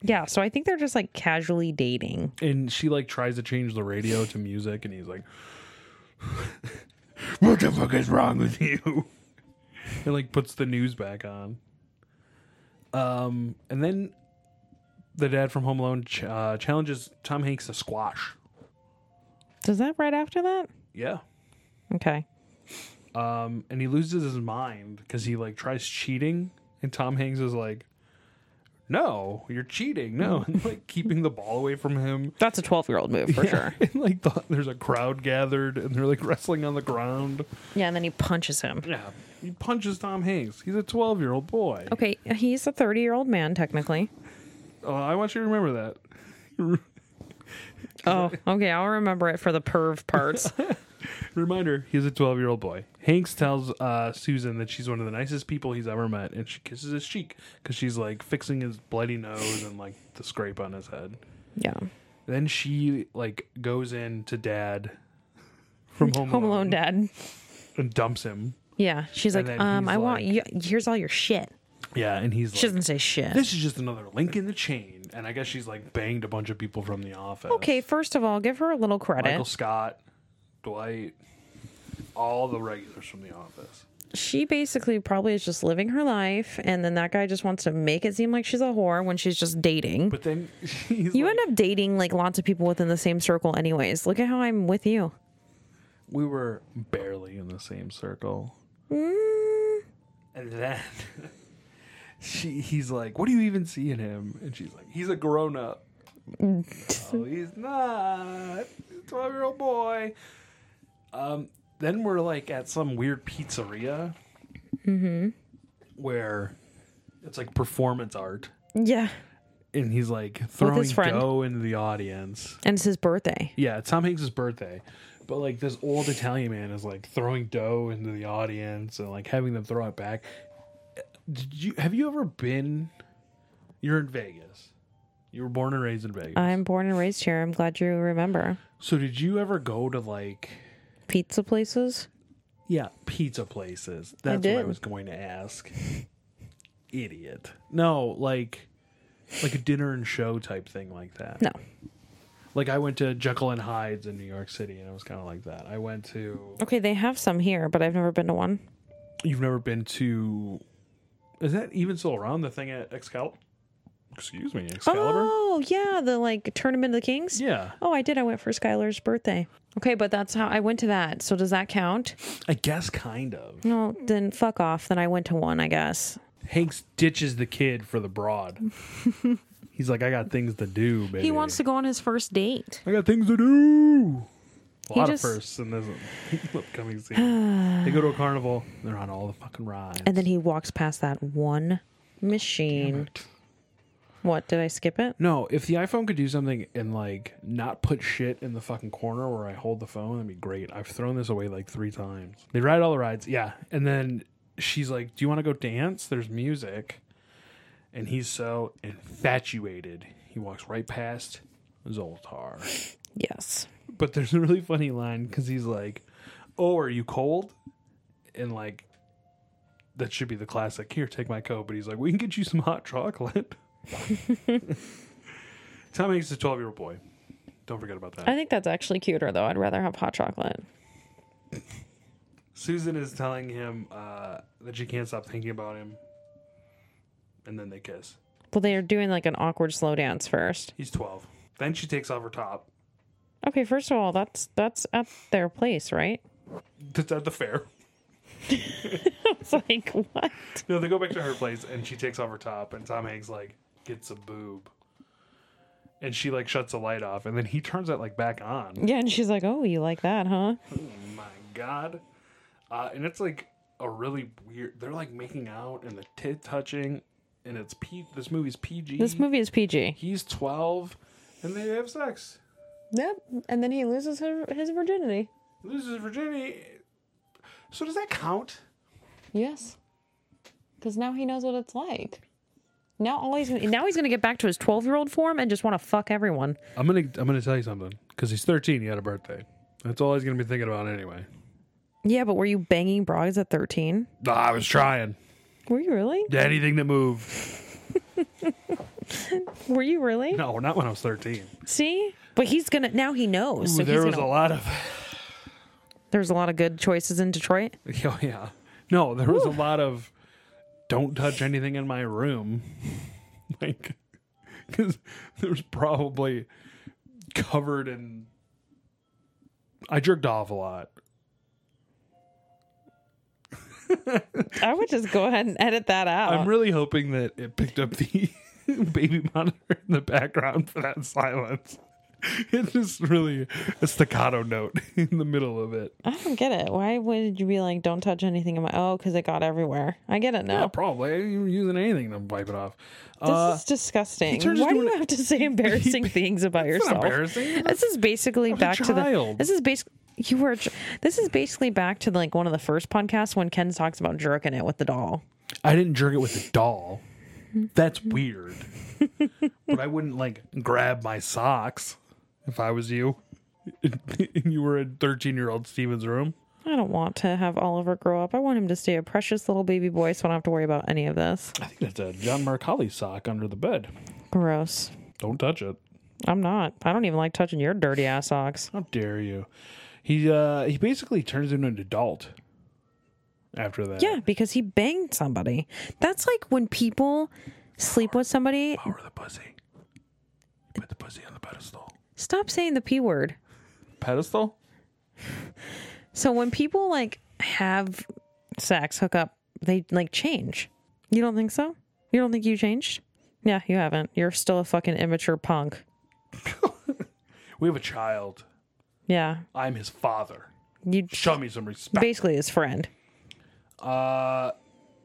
[SPEAKER 3] Yeah, so I think they're just like casually dating.
[SPEAKER 2] And she like tries to change the radio to music, and he's (laughs) like,
[SPEAKER 4] What the fuck is wrong with you?
[SPEAKER 2] (laughs) and like puts the news back on. Um, and then the dad from Home Alone ch- uh, challenges Tom Hanks to squash.
[SPEAKER 3] Does that right after that?
[SPEAKER 2] Yeah,
[SPEAKER 3] Okay.
[SPEAKER 2] um, and he loses his mind because he like tries cheating, and Tom Hanks is like, "No, you're cheating! (laughs) No!" and like keeping the ball away from him.
[SPEAKER 3] That's a 12 year old move for
[SPEAKER 2] Yeah.
[SPEAKER 3] sure.
[SPEAKER 2] And like the, there's a crowd gathered, and they're like wrestling on the ground.
[SPEAKER 3] (laughs) Yeah, and then he punches him.
[SPEAKER 2] Yeah, he punches Tom Hanks. He's a 12 year old boy.
[SPEAKER 3] Okay, he's a 30 year old man, technically.
[SPEAKER 2] Uh, I want you to remember that.
[SPEAKER 3] Oh, okay. I'll remember it for the perv parts.
[SPEAKER 2] Reminder, he's a 12 year old boy. Hanks tells uh, Susan that she's one of the nicest people he's ever met, and she kisses his cheek because she's like fixing his bloody nose and like the scrape on his head.
[SPEAKER 3] yeah.
[SPEAKER 2] Then she like goes in to dad from Home,
[SPEAKER 3] Home Alone Dad.
[SPEAKER 2] and dumps him.
[SPEAKER 3] Yeah. She's
[SPEAKER 2] And
[SPEAKER 3] like,
[SPEAKER 2] then
[SPEAKER 3] um,
[SPEAKER 2] he's
[SPEAKER 3] I want you.
[SPEAKER 2] like-
[SPEAKER 3] Here's all your shit.
[SPEAKER 2] Yeah, and he's
[SPEAKER 3] She
[SPEAKER 2] like,
[SPEAKER 3] doesn't say shit.
[SPEAKER 2] this is just another link in the chain. And I guess she's like banged a bunch of people from the office.
[SPEAKER 3] okay, first of all, give her a little credit.
[SPEAKER 2] Michael Scott, Dwight, all the regulars from the office.
[SPEAKER 3] She basically probably is just living her life, and then that guy just wants to make it seem like she's a whore when she's just dating.
[SPEAKER 2] But then (laughs) she's
[SPEAKER 3] you
[SPEAKER 2] like,
[SPEAKER 3] end up dating like lots of people within the same circle, anyways. Look at how I'm with you.
[SPEAKER 2] we were barely in the same circle. And then (laughs) she, he's like, "What do you even see in him?" And she's like, "He's a grown up." no, he's not. Twelve year old boy. Um. Then we're like at some weird pizzeria, where it's like performance art,
[SPEAKER 3] Yeah.
[SPEAKER 2] and he's like throwing
[SPEAKER 3] friend.
[SPEAKER 2] dough into the audience.
[SPEAKER 3] And it's his birthday.
[SPEAKER 2] Yeah, it's Tom Hanks' birthday. But like this old Italian man is like throwing dough into the audience and like having them throw it back. Did you have you ever been you're in Vegas. You were born and raised in Vegas.
[SPEAKER 3] I'm born and raised here. I'm glad you remember.
[SPEAKER 2] so did you ever go to like
[SPEAKER 3] Pizza places?
[SPEAKER 2] Yeah, pizza places. That's what I
[SPEAKER 3] did.
[SPEAKER 2] was going to ask. Idiot. No, like like a dinner and show type thing like that.
[SPEAKER 3] No.
[SPEAKER 2] Like I went to Jekyll and Hyde's in New York City and it was kind of like that. I went to
[SPEAKER 3] Okay, they have some here, but I've never been to one.
[SPEAKER 2] You've never been to Is that even still around the thing at Excalibur? Excuse me, Excalibur?
[SPEAKER 3] Oh, yeah, the like Tournament of the Kings.
[SPEAKER 2] Yeah.
[SPEAKER 3] Oh, I did. I went for Skylar's birthday. Okay, but that's how I went to that. So does that count?
[SPEAKER 2] I guess kind of.
[SPEAKER 3] No, then fuck off. Then I went to one, I guess.
[SPEAKER 2] Hanks ditches the kid for the
[SPEAKER 3] (laughs)
[SPEAKER 2] broad. He's like, I got things to do, baby.
[SPEAKER 3] He wants to go on his first date.
[SPEAKER 2] I got things to do. A
[SPEAKER 3] He
[SPEAKER 2] lot
[SPEAKER 3] just-
[SPEAKER 2] of firsts in this (laughs) upcoming season. they go to a carnival. They're on all the fucking rides.
[SPEAKER 3] And then he walks past that one machine. What? Did I skip it?
[SPEAKER 2] no, if the iPhone could do something and like not put shit in the fucking corner where I hold the phone, that'd be great. I've thrown this away like three times. They ride all the rides, yeah. And then she's like, "Do you want to go dance? There's music." And he's so infatuated, he walks right past Zoltar.
[SPEAKER 3] Yes.
[SPEAKER 2] but there's a really funny line because he's like, "Oh, are you cold?" And like, that should be the classic. Here, take my coat. But he's like, "We can get you some hot chocolate." (laughs) Tom Hanks is a twelve-year-old boy. Don't forget about
[SPEAKER 3] I
[SPEAKER 2] that.
[SPEAKER 3] think that's actually cuter, though. I'd rather have hot chocolate.
[SPEAKER 2] Susan is telling him uh, that she can't stop thinking about him, and then they kiss.
[SPEAKER 3] Well, they are doing like an awkward slow dance first.
[SPEAKER 2] He's twelve. Then she takes off her top.
[SPEAKER 3] Okay, first of all, that's that's at their place, right?
[SPEAKER 2] That's at the fair.
[SPEAKER 3] (laughs) It's like what?
[SPEAKER 2] No, they go back to her place and she takes off her top and Tom Hanks like gets a boob. And she like shuts the light off and then he turns that like back on.
[SPEAKER 3] Yeah, and she's like, "Oh, you like that, huh?"
[SPEAKER 2] My God. Uh, and it's like a really weird they're like making out and the tit touching and it's P this movie's PG.
[SPEAKER 3] This movie is PG.
[SPEAKER 2] he's twelve and they have sex.
[SPEAKER 3] Yep, and then he loses her, his virginity.
[SPEAKER 2] Loses virginity. So does that count?
[SPEAKER 3] Yes, because now he knows what it's like. Now all he's now he's gonna get back to his twelve year old form and just want to fuck everyone.
[SPEAKER 2] I'm gonna I'm gonna tell you something. Because he's thirteen, he had a birthday. That's all he's gonna be thinking about anyway.
[SPEAKER 3] Yeah, but were you banging broads at thirteen?
[SPEAKER 2] I was trying.
[SPEAKER 3] Were you really?
[SPEAKER 2] Anything that moved.
[SPEAKER 3] Were you really?
[SPEAKER 2] No, not when I was 13.
[SPEAKER 3] See, but he's gonna now he knows. (laughs) so
[SPEAKER 2] there
[SPEAKER 3] he's
[SPEAKER 2] was a
[SPEAKER 3] gonna,
[SPEAKER 2] lot of. (laughs)
[SPEAKER 3] There's a lot of good choices in Detroit.
[SPEAKER 2] Oh, yeah. No, there was a lot of don't touch anything in my room. (laughs) Like, (laughs) because there was probably covered in. I jerked off a lot.
[SPEAKER 3] I would just go ahead and edit that out.
[SPEAKER 2] I'm really hoping that it picked up the (laughs) baby monitor in the background for that silence. (laughs) It's just really a staccato note (laughs) in the middle of it.
[SPEAKER 3] I don't get it. Why would you be like, don't touch anything in my? Oh, because it got everywhere. I get it
[SPEAKER 2] Yeah,
[SPEAKER 3] now.
[SPEAKER 2] probably. I didn't even using anything to wipe it off.
[SPEAKER 3] this
[SPEAKER 2] Uh,
[SPEAKER 3] is disgusting.
[SPEAKER 2] turns
[SPEAKER 3] Why
[SPEAKER 2] into
[SPEAKER 3] do you
[SPEAKER 2] an-
[SPEAKER 3] have to
[SPEAKER 2] (laughs)
[SPEAKER 3] say embarrassing things about
[SPEAKER 2] It's not
[SPEAKER 3] yourself?
[SPEAKER 2] embarrassing.
[SPEAKER 3] This is basically
[SPEAKER 2] a
[SPEAKER 3] back to the.
[SPEAKER 2] child.
[SPEAKER 3] This is basically you were. a ch- This is basically back to like one of the first podcasts when Ken talks about jerking it with the doll.
[SPEAKER 2] I didn't jerk it with a doll. That's weird. but I wouldn't like grab my socks if I was you. (laughs) and you were in 13 year old Steven's room.
[SPEAKER 3] I don't want to have Oliver grow up. I want him to stay a precious little baby boy, so I don't have to worry about any of this.
[SPEAKER 2] I think that's a John Mark Holly sock under the bed.
[SPEAKER 3] Gross.
[SPEAKER 2] Don't touch it.
[SPEAKER 3] I'm not. I don't even like touching your dirty ass socks.
[SPEAKER 2] How dare you? He uh he basically turns into an adult after that.
[SPEAKER 3] Yeah, because he banged somebody. That's like when people sleep with somebody
[SPEAKER 2] Power the pussy. Put the pussy on the pedestal.
[SPEAKER 3] Stop saying the P word.
[SPEAKER 2] Pedestal?
[SPEAKER 3] So when people like have sex, hook up, they like change. You don't think so? You don't think you changed? Yeah, you haven't. You're still a fucking immature punk.
[SPEAKER 2] We have a child.
[SPEAKER 3] Yeah.
[SPEAKER 2] I'm his father.
[SPEAKER 3] You
[SPEAKER 2] Show me some respect.
[SPEAKER 3] basically his friend.
[SPEAKER 2] Uh,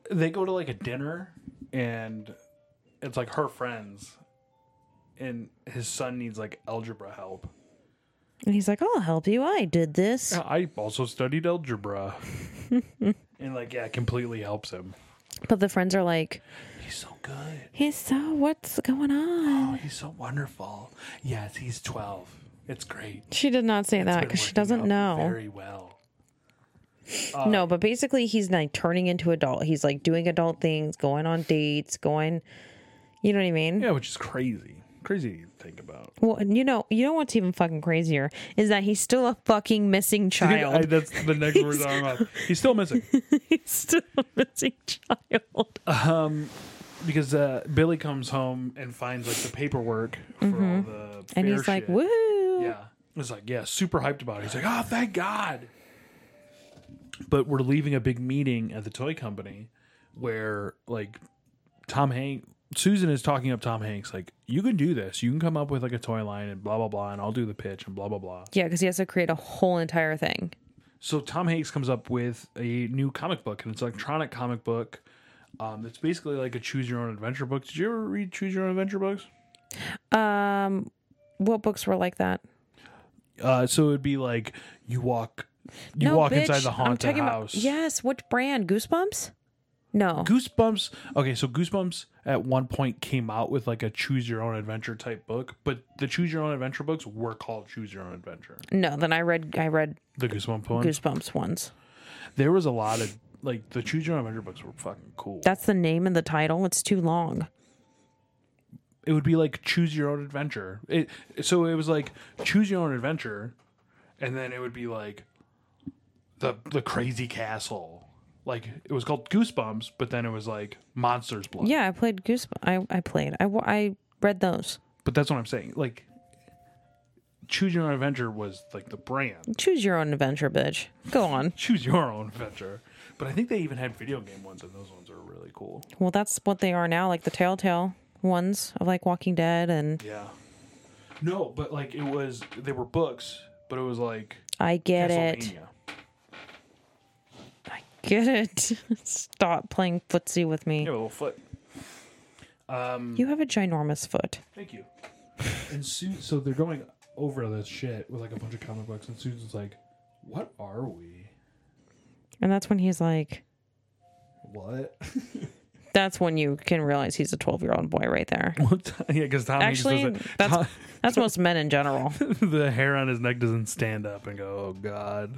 [SPEAKER 2] they go to like a dinner, and it's like her friends, and his son needs like algebra help.
[SPEAKER 3] And he's like, I'll help you. I did this.
[SPEAKER 2] I also studied algebra, (laughs) and like yeah, completely helps him.
[SPEAKER 3] But the friends are like,
[SPEAKER 2] He's so good.
[SPEAKER 3] He's so what's going on?
[SPEAKER 2] Oh, he's so wonderful. Yes, he's twelve. It's great.
[SPEAKER 3] She did not say that
[SPEAKER 2] Been
[SPEAKER 3] because she
[SPEAKER 2] working
[SPEAKER 3] doesn't
[SPEAKER 2] out
[SPEAKER 3] know.
[SPEAKER 2] very well.
[SPEAKER 3] no, but basically he's like turning into adult. He's like doing adult things, going on dates, going you know what I mean?
[SPEAKER 2] Yeah, which is crazy. Crazy to think about.
[SPEAKER 3] Well, and you know, you know what's even fucking crazier is that he's still a fucking missing
[SPEAKER 2] I,
[SPEAKER 3] child.
[SPEAKER 2] that's the next word that I'm on. He's still missing
[SPEAKER 3] (laughs) he's still a missing child.
[SPEAKER 2] because uh, Billy comes home and finds like the paperwork for all the
[SPEAKER 3] Mm-hmm. and
[SPEAKER 2] fair
[SPEAKER 3] he's like,
[SPEAKER 2] shit.
[SPEAKER 3] "Woohoo!"
[SPEAKER 2] Yeah. It's like, yeah, super hyped about it. He's like, oh, thank God. But we're leaving a big meeting at the toy company where, like, Tom Hanks, Susan is talking up Tom Hanks, like, you can do this. You can come up with, like, a toy line and blah, blah, blah, and I'll do the pitch and blah, blah, blah.
[SPEAKER 3] Yeah, because he has to create a whole entire thing.
[SPEAKER 2] So Tom Hanks comes up with a new comic book, and it's an electronic comic book. Um, it's basically like a choose your own adventure book. Did you ever read choose your own adventure books?
[SPEAKER 3] Um, what books were like that?
[SPEAKER 2] Uh, so it'd be like you walk, you walk inside the haunted house.
[SPEAKER 3] About, yes, what brand? Goosebumps? No.
[SPEAKER 2] Goosebumps. Okay, so Goosebumps at one point came out with like a choose your own adventure type book, but the choose your own adventure books were called choose your own adventure.
[SPEAKER 3] no, then I read I read
[SPEAKER 2] The Goosebump one.
[SPEAKER 3] Goosebumps ones.
[SPEAKER 2] There was a lot of like the choose your own adventure books were fucking cool.
[SPEAKER 3] That's the name and the title. It's too long.
[SPEAKER 2] it would be like choose your own adventure. It so it was like choose your own adventure, and then it would be like the the crazy castle. Like it was called Goosebumps, but then it was like Monsters Blood.
[SPEAKER 3] Yeah, I played Goosebumps. I, I played. I, wa- I read those.
[SPEAKER 2] But that's what I'm saying. Like choose your own adventure was like the brand.
[SPEAKER 3] Choose your own adventure, bitch. Go on.
[SPEAKER 2] choose your own adventure. But I think they even had video game ones, and those ones are really cool.
[SPEAKER 3] Well, that's what they are now, like the Telltale ones of like Walking Dead and
[SPEAKER 2] Yeah. No, but like it was, they were books, but it was like
[SPEAKER 3] I get it.
[SPEAKER 2] Castlevania.
[SPEAKER 3] Get it. (laughs) Stop playing footsie with me.
[SPEAKER 2] You have a little foot.
[SPEAKER 3] You have a ginormous foot.
[SPEAKER 2] Thank you. And Su- so they're going over this shit with like a bunch of comic books, and Susan's like, "What are we?
[SPEAKER 3] And that's when he's like,
[SPEAKER 2] (laughs) What?"
[SPEAKER 3] that's when you can realize he's a 12 year old boy
[SPEAKER 2] (laughs)
[SPEAKER 3] right there.
[SPEAKER 2] yeah, because Tom Hanks
[SPEAKER 3] Actually,
[SPEAKER 2] doesn't- (laughs)
[SPEAKER 3] that's that's most men in general.
[SPEAKER 2] the hair on his neck doesn't stand up and go, "Oh God,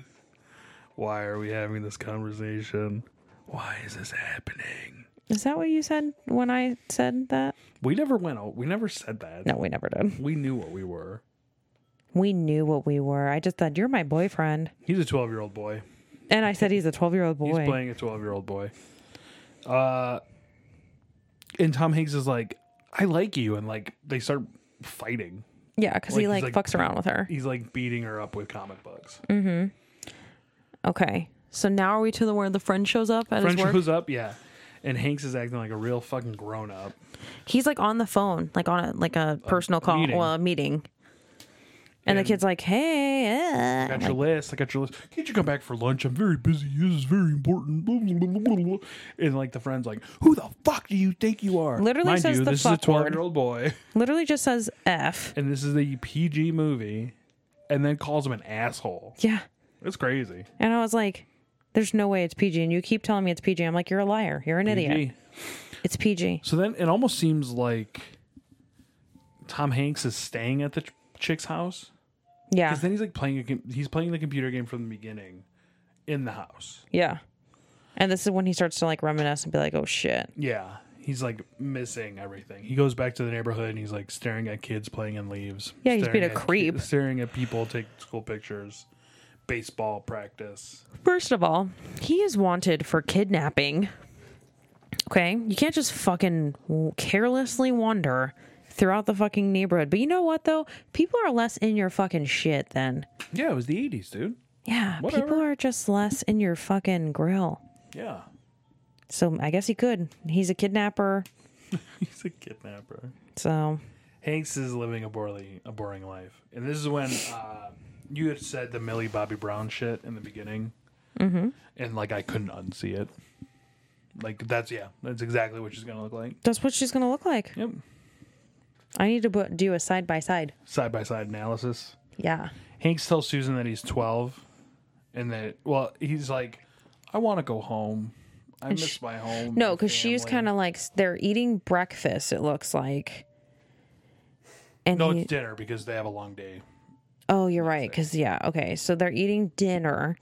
[SPEAKER 2] why are we having this conversation? Why is this happening?"
[SPEAKER 3] Is that what you said when I said that?
[SPEAKER 2] We never went. o- We never said that.
[SPEAKER 3] No, we never did.
[SPEAKER 2] We knew what we were.
[SPEAKER 3] We knew what we were. I just said, You're my boyfriend.
[SPEAKER 2] He's a 12 year old boy.
[SPEAKER 3] And I said, He's a 12 year old
[SPEAKER 2] He's
[SPEAKER 3] boy.
[SPEAKER 2] playing a 12 year old boy. Uh, and Tom Hanks is like, I like you. And like, they start fighting.
[SPEAKER 3] yeah, because he
[SPEAKER 2] like,
[SPEAKER 3] like,
[SPEAKER 2] he's like-
[SPEAKER 3] fucks around with her.
[SPEAKER 2] He's like beating her up with comic books.
[SPEAKER 3] Mm, Okay. So now are we to the where the friend shows up at
[SPEAKER 2] French
[SPEAKER 3] his work?
[SPEAKER 2] shows up. Yeah. And Hanks is acting like a real fucking grown up.
[SPEAKER 3] He's like on the phone, like on a like a personal call,
[SPEAKER 2] meeting.
[SPEAKER 3] well, a meeting. And,
[SPEAKER 2] And-
[SPEAKER 3] the kid's like, "Hey, uh,"
[SPEAKER 2] Got
[SPEAKER 3] like,
[SPEAKER 2] your list. I got your list. Can't you come back for lunch? I'm very busy. This is very important. Blah, blah, blah, blah, blah. And like the friend's like, Who the fuck do you think you are?
[SPEAKER 3] Literally
[SPEAKER 2] Mind
[SPEAKER 3] says
[SPEAKER 2] you,
[SPEAKER 3] the
[SPEAKER 2] this is a
[SPEAKER 3] fuck
[SPEAKER 2] 12
[SPEAKER 3] word.
[SPEAKER 2] year old boy.
[SPEAKER 3] literally just says F.
[SPEAKER 2] and this is a PG movie, and then calls him an asshole.
[SPEAKER 3] Yeah.
[SPEAKER 2] It's crazy.
[SPEAKER 3] And I was like, there's no way it's PG. And you keep telling me it's PG. I'm like, you're a liar. You're an idiot.
[SPEAKER 2] PG.
[SPEAKER 3] It's PG.
[SPEAKER 2] So then it almost seems like Tom Hanks is staying at the ch- chick's house
[SPEAKER 3] Yeah.
[SPEAKER 2] because then he's like playing a com- he's playing the computer game from the beginning in the house.
[SPEAKER 3] yeah. And this is when he starts to like reminisce and be like, oh shit.
[SPEAKER 2] Yeah, he's like missing everything. He goes back to the neighborhood and he's like staring at kids playing in leaves.
[SPEAKER 3] Yeah, he's
[SPEAKER 2] staring
[SPEAKER 3] being a
[SPEAKER 2] at ki-
[SPEAKER 3] creep.
[SPEAKER 2] staring at people take school pictures, baseball practice.
[SPEAKER 3] First of all, he is wanted for kidnapping. Okay. You can't just fucking carelessly wander throughout the fucking neighborhood. But you know what though? People are less in your fucking shit then.
[SPEAKER 2] Yeah, it was the '80s, dude.
[SPEAKER 3] Yeah. People
[SPEAKER 2] Whatever.
[SPEAKER 3] are just less in your fucking grill.
[SPEAKER 2] Yeah, (laughs)
[SPEAKER 3] So I guess he could. He's a kidnapper.
[SPEAKER 2] he's a kidnapper.
[SPEAKER 3] So
[SPEAKER 2] Hanks is living a boring, a boring life, and this is when uh, you had said the Millie Bobby Brown shit in the beginning, mm-hmm. and like I couldn't unsee it. Like that's yeah, that's exactly what she's gonna look like.
[SPEAKER 3] that's what she's going to look like.
[SPEAKER 2] Yep,
[SPEAKER 3] I need to bu- do a side by side.
[SPEAKER 2] side by side analysis.
[SPEAKER 3] Yeah.
[SPEAKER 2] Hanks tells Susan that he's twelve, and that well, he's like, I want to go home. I miss my home.
[SPEAKER 3] No,
[SPEAKER 2] my
[SPEAKER 3] because she's
[SPEAKER 2] family."
[SPEAKER 3] kind of like s- they're eating breakfast. It looks like. And
[SPEAKER 2] no,
[SPEAKER 3] he-
[SPEAKER 2] it's dinner because they have a long day.
[SPEAKER 3] oh, you're right. Because yeah, okay. So they're eating dinner,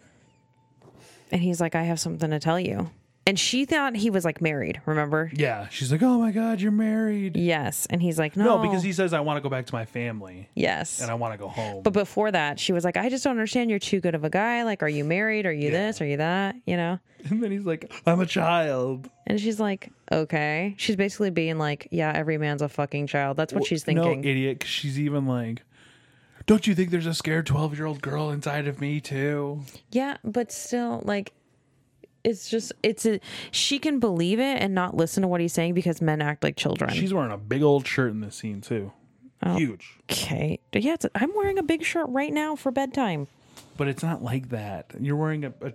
[SPEAKER 3] And he's like, I have something to tell you. And she thought he was like married, remember?
[SPEAKER 2] Yeah, she's like, "Oh my God, you're married."
[SPEAKER 3] Yes. And he's like, No,
[SPEAKER 2] No, because he says, "I want to go back to my family
[SPEAKER 3] Yes.
[SPEAKER 2] and I want to go home."
[SPEAKER 3] but before that, she was like, I just don't understand. You're too good of a guy. Like, are you married? Are you this? Are you that? You know?
[SPEAKER 2] (laughs) and then he's like, "I'm a child."
[SPEAKER 3] And she's like, Okay. She's basically being like, Yeah, every man's a fucking child. That's what she's thinking.
[SPEAKER 2] No, idiot. 'cause she's even like, "Don't you think there's a scared twelve year old girl inside of me too?"
[SPEAKER 3] Yeah, but still, like, it's just it's a she can believe it and not listen to what he's saying because men act like children.
[SPEAKER 2] She's wearing a big old shirt in this scene too,
[SPEAKER 3] Oh.
[SPEAKER 2] huge.
[SPEAKER 3] okay, yeah, it's, I'm wearing a big shirt right now for bedtime.
[SPEAKER 2] But it's not like that. You're wearing a, a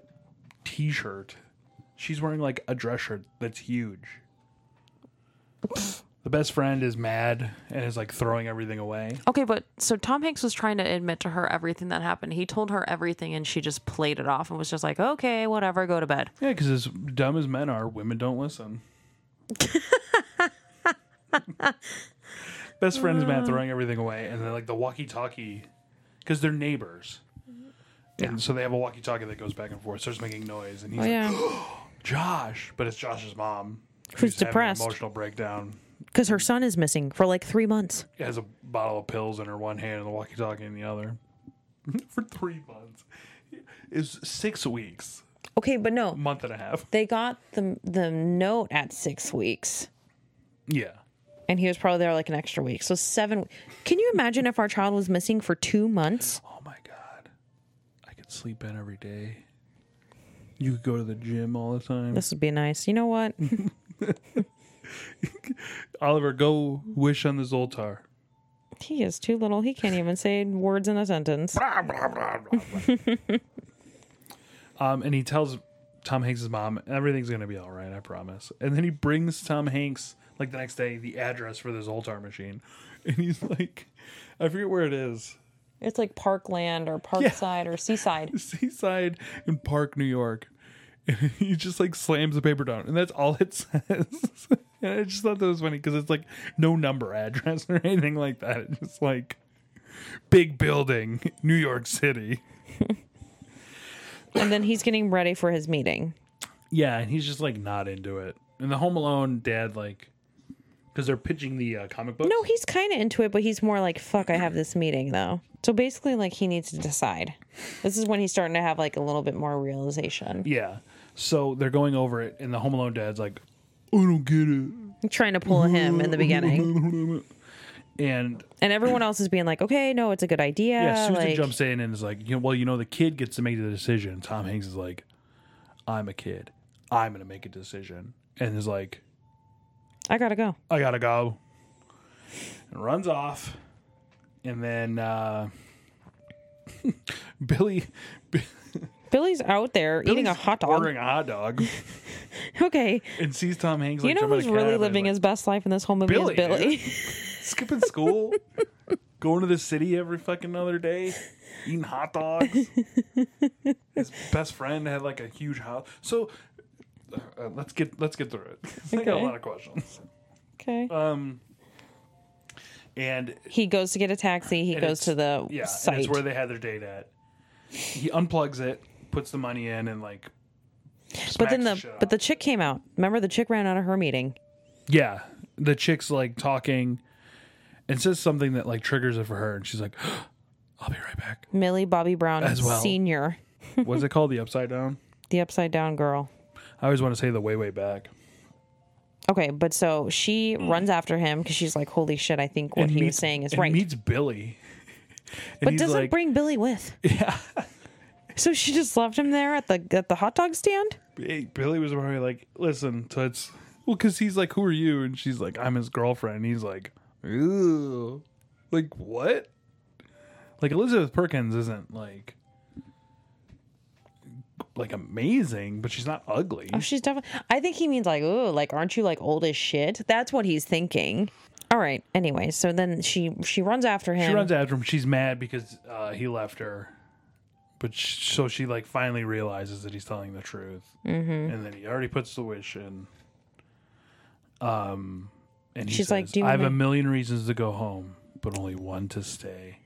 [SPEAKER 2] t-shirt. She's wearing like a dress shirt that's huge. the best friend is mad and is like throwing everything away.
[SPEAKER 9] Okay, but so Tom Hanks was trying to admit to her everything that happened. He told her everything and she just played it off and was just like, okay, whatever, go to bed.
[SPEAKER 2] Yeah, because as dumb as men are, women don't listen. Best friends, Matt,
[SPEAKER 3] Mm.
[SPEAKER 2] throwing everything away, and then like the walkie-talkie, because they're neighbors, and so they have a walkie-talkie that goes back and forth, starts making noise, and he's
[SPEAKER 3] Oh yeah,
[SPEAKER 2] like, "Josh," but it's Josh's mom
[SPEAKER 3] Who's
[SPEAKER 2] having an
[SPEAKER 3] depressed.
[SPEAKER 2] emotional breakdown,
[SPEAKER 3] because her son is missing for like three months.
[SPEAKER 2] has a bottle of pills in her one hand and the walkie-talkie in the other, (laughs) for three months, is six weeks,
[SPEAKER 3] Okay, but no,
[SPEAKER 2] month and a half,
[SPEAKER 3] they got the the note at six weeks,
[SPEAKER 2] yeah.
[SPEAKER 3] and he was probably there like an extra week, so seven. Can you imagine if our child was missing for two months?
[SPEAKER 2] Oh my god. I could sleep in every day. You could go to the gym all the time.
[SPEAKER 3] This would be nice. You know what? (laughs)
[SPEAKER 2] Oliver, go wish on the Zoltar.
[SPEAKER 3] He is too little. He can't even say words in a sentence.
[SPEAKER 2] Um, and he tells Tom Hanks' mom, everything's gonna be all right, I promise. And then he brings Tom Hanks like the next day the address for the Zoltar machine, (laughs) and he's like, I forget where it is,
[SPEAKER 3] It's like Parkland or Parkside
[SPEAKER 2] (laughs)
[SPEAKER 3] or Seaside.
[SPEAKER 2] Seaside in Park, New York. And (laughs) he just like slams the paper down, and that's all it (laughs) says. and I just thought that was funny because it's like no number (laughs) address or anything like that. It's just like big building, (laughs) New York City.
[SPEAKER 3] And then he's getting ready for his meeting.
[SPEAKER 2] Yeah, and he's just like not into it. And the Home Alone dad, like, because they're pitching the uh, comic book.
[SPEAKER 3] No, he's kind of into it, but he's more like, fuck, I have this meeting though. So basically, like, he needs to decide. This is when he's starting to have like a little bit more realization.
[SPEAKER 2] Yeah. So they're going over it, and the Home Alone dad's like, I don't get it.
[SPEAKER 3] I'm trying to pull him in the beginning.
[SPEAKER 2] (laughs) And
[SPEAKER 3] And everyone else is being like, okay, no, it's a good idea.
[SPEAKER 2] Yeah, Susan
[SPEAKER 3] like,
[SPEAKER 2] jumps in and is like, you know, well, you know, the kid gets to make the decision. Tom Hanks is like, I'm a kid. I'm gonna make a decision, and is like,
[SPEAKER 3] I gotta go.
[SPEAKER 2] I gotta go, and runs off, and then uh, (laughs) Billy
[SPEAKER 3] Billy's out there eating a
[SPEAKER 2] Billy's
[SPEAKER 3] hot dog.
[SPEAKER 2] ordering a hot dog,
[SPEAKER 3] (laughs) Okay,
[SPEAKER 2] and sees Tom Hanks.
[SPEAKER 3] you
[SPEAKER 2] Like,
[SPEAKER 3] know
[SPEAKER 2] jump in a
[SPEAKER 3] who's really
[SPEAKER 2] cab and
[SPEAKER 3] living
[SPEAKER 2] is
[SPEAKER 3] his best life in this whole movie
[SPEAKER 2] Billy,
[SPEAKER 3] is Billy.
[SPEAKER 2] like, skipping school, (laughs) going to the city every fucking other day, eating hot dogs. his best friend had like a huge house. So uh, let's get let's get through it. I got a
[SPEAKER 3] Okay.
[SPEAKER 2] lot of questions.
[SPEAKER 3] (laughs) okay.
[SPEAKER 2] Uh, And
[SPEAKER 3] he goes to get a taxi. He
[SPEAKER 2] and
[SPEAKER 3] goes
[SPEAKER 2] it's-
[SPEAKER 3] to the
[SPEAKER 2] yeah,
[SPEAKER 3] site.
[SPEAKER 2] and it's where they had their date at. He unplugs it, puts the money in, and like.
[SPEAKER 3] But
[SPEAKER 2] smacks
[SPEAKER 3] then the
[SPEAKER 2] shit out
[SPEAKER 3] but
[SPEAKER 2] of
[SPEAKER 3] the
[SPEAKER 2] it.
[SPEAKER 3] chick came out. Remember the chick ran out of her meeting.
[SPEAKER 2] yeah the chick's like talking, and says something that like triggers it for her, and she's like, (gasps) "I'll be right
[SPEAKER 3] (laughs)
[SPEAKER 2] back."
[SPEAKER 3] Millie Bobby Brown
[SPEAKER 2] As well.
[SPEAKER 3] senior,
[SPEAKER 2] What's it called? The upside down.
[SPEAKER 3] the upside down girl.
[SPEAKER 2] I always want to say the way way back.
[SPEAKER 3] Okay, but so she runs after him because she's like, "Holy shit! I think what
[SPEAKER 2] Hmm. And
[SPEAKER 3] he was
[SPEAKER 2] meets-
[SPEAKER 3] saying is
[SPEAKER 2] and
[SPEAKER 3] right."
[SPEAKER 2] Meets Billy, (laughs) And
[SPEAKER 3] but
[SPEAKER 2] he's (laughs)
[SPEAKER 3] doesn't
[SPEAKER 2] like-
[SPEAKER 3] bring Billy with. Yeah. so she just left him there at the at the hot dog stand.
[SPEAKER 2] Hey, Billy was probably like, "Listen, toots." Well, because he's like, "Who are you?" And she's like, "I'm his girlfriend." And he's like, "Ooh, like what?" Like Elizabeth Perkins isn't like like amazing, but she's not ugly.
[SPEAKER 3] Oh, she's definitely. I think he means like, "Ooh, like, aren't you like old as shit?" That's what he's thinking. All right. Anyway, so then she she runs after him.
[SPEAKER 2] She runs after him. She's mad because uh, he left her, but sh so she like finally realizes that he's telling the truth, mm-hmm. and then he already puts the wish in. Um, and he
[SPEAKER 3] She's
[SPEAKER 2] says,
[SPEAKER 3] like, "Do you
[SPEAKER 2] "I have a
[SPEAKER 3] wanna-"
[SPEAKER 2] million reasons to go home, but only one to stay,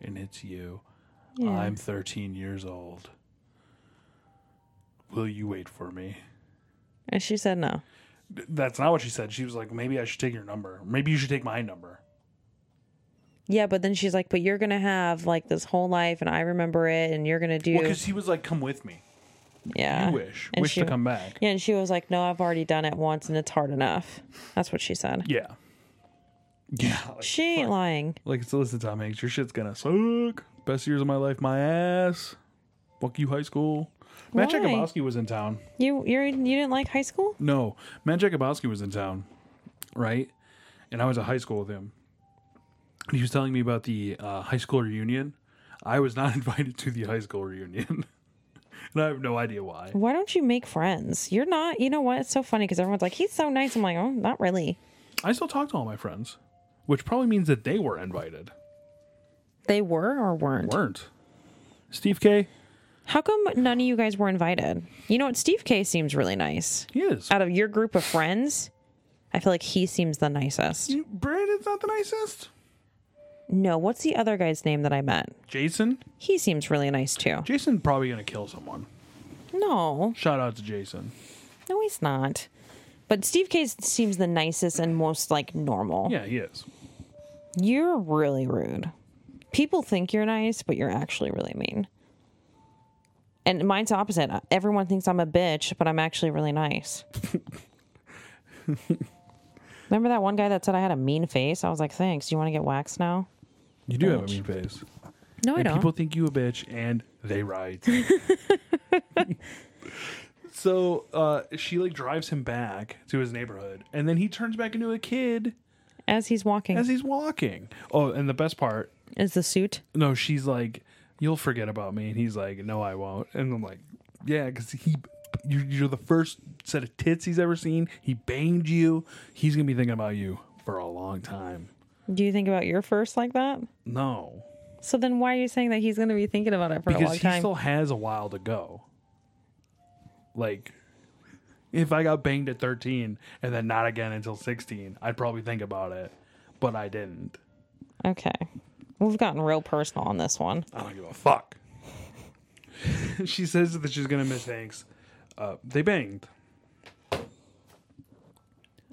[SPEAKER 2] and it's you. I'm 13 years old." Will you wait for me?
[SPEAKER 3] And she said no.
[SPEAKER 2] That's not what she said. She was like, Maybe I should take your number. Maybe you should take my number.
[SPEAKER 3] Yeah, but then she's like, but you're going to have like this whole life and I remember it and you're going to do.
[SPEAKER 2] Well, because he was like, Come with me.
[SPEAKER 3] yeah.
[SPEAKER 2] wish.
[SPEAKER 3] Uh, And
[SPEAKER 2] Wish to come back.
[SPEAKER 3] Yeah, and she was like, no, I've already done it once and it's hard enough. That's what she said.
[SPEAKER 2] Yeah. Yeah. (laughs) Like,
[SPEAKER 3] She ain't lying.
[SPEAKER 2] like so listen, Tom Hanks, your shit's gonna suck. Best years of my life, my ass. Fuck you, high school. Matt
[SPEAKER 3] Why?
[SPEAKER 2] Jakubowski was in town.
[SPEAKER 3] You you're, you didn't like high school?
[SPEAKER 2] No, Matt Jakubowski was in town, right? And I was at high school with him. And he was telling me about the uh, high school reunion. I was not (laughs) invited to the high school reunion, (laughs) and I have no idea why.
[SPEAKER 3] Why don't you make friends? You're not. You know what? It's so funny because everyone's like, he's so nice. I'm like, oh, not really.
[SPEAKER 2] I still talk to all my friends, which probably means that they were invited.
[SPEAKER 3] They were or weren't.
[SPEAKER 2] Weren't. Steve K.
[SPEAKER 3] How come none of you guys were invited? You know what? Steve K seems really nice.
[SPEAKER 2] He is.
[SPEAKER 3] Out of your group of friends, I feel like he seems the nicest.
[SPEAKER 2] You- Brandon's not the nicest.
[SPEAKER 3] No, what's the other guy's name that I met?
[SPEAKER 2] Jason.
[SPEAKER 3] He seems really nice too.
[SPEAKER 2] Jason probably gonna kill someone.
[SPEAKER 3] No,
[SPEAKER 2] Shout out to Jason.
[SPEAKER 3] no, he's not. But Steve K seems the nicest and most like normal.
[SPEAKER 2] Yeah, he is.
[SPEAKER 3] You're really rude. People think you're nice, but you're actually really mean. And mine's the opposite. Everyone thinks I'm a bitch, but I'm actually
[SPEAKER 2] (laughs)
[SPEAKER 3] really nice. Remember that one guy that said I had a mean face? I was like, thanks. You want to get waxed now?
[SPEAKER 2] You do have a mean face.
[SPEAKER 3] No, I
[SPEAKER 2] and
[SPEAKER 3] don't.
[SPEAKER 2] people think you a bitch and they ride. so uh, she like drives him back to his neighborhood and then he turns back into a kid
[SPEAKER 3] As he's walking,
[SPEAKER 2] as he's walking. Oh, and the best part,
[SPEAKER 3] is the suit.
[SPEAKER 2] no, she's like, You'll forget about me and he's like, No, I won't. And I'm like, Yeah, because he you're, you're the first set of tits he's ever seen. He banged you. He's gonna be thinking about you for a long time.
[SPEAKER 3] Do you think about your first like that?
[SPEAKER 2] No.
[SPEAKER 3] So then why are you saying that he's going to be thinking about it for a
[SPEAKER 2] because
[SPEAKER 3] long
[SPEAKER 2] he
[SPEAKER 3] time?
[SPEAKER 2] still has a while to go. Like, if I got banged at 13 and then not again until 16, I'd probably think about it, but I didn't.
[SPEAKER 3] Okay. We've gotten real personal on this one.
[SPEAKER 2] I don't give a fuck. (laughs) she says that she's gonna miss Hanks. Uh, they banged.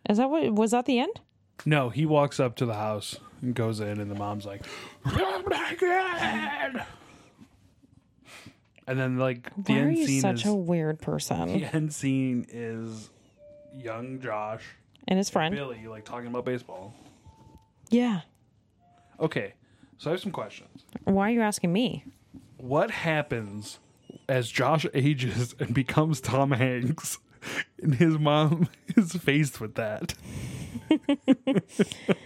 [SPEAKER 3] Is that what was that the end?
[SPEAKER 2] No, he walks up to the house and goes in, and the mom's like, "Oh my God!" And then, like, the
[SPEAKER 3] Why are
[SPEAKER 2] end
[SPEAKER 3] you
[SPEAKER 2] scene
[SPEAKER 3] such
[SPEAKER 2] is
[SPEAKER 3] a weird person?
[SPEAKER 2] (laughs) the end scene is young Josh
[SPEAKER 3] And his friend.
[SPEAKER 2] Billy like talking about baseball.
[SPEAKER 3] Yeah.
[SPEAKER 2] Okay, so I have some questions.
[SPEAKER 3] Why are you asking me?
[SPEAKER 2] What happens as Josh ages and becomes Tom Hanks and his mom (laughs) is faced with that? (laughs)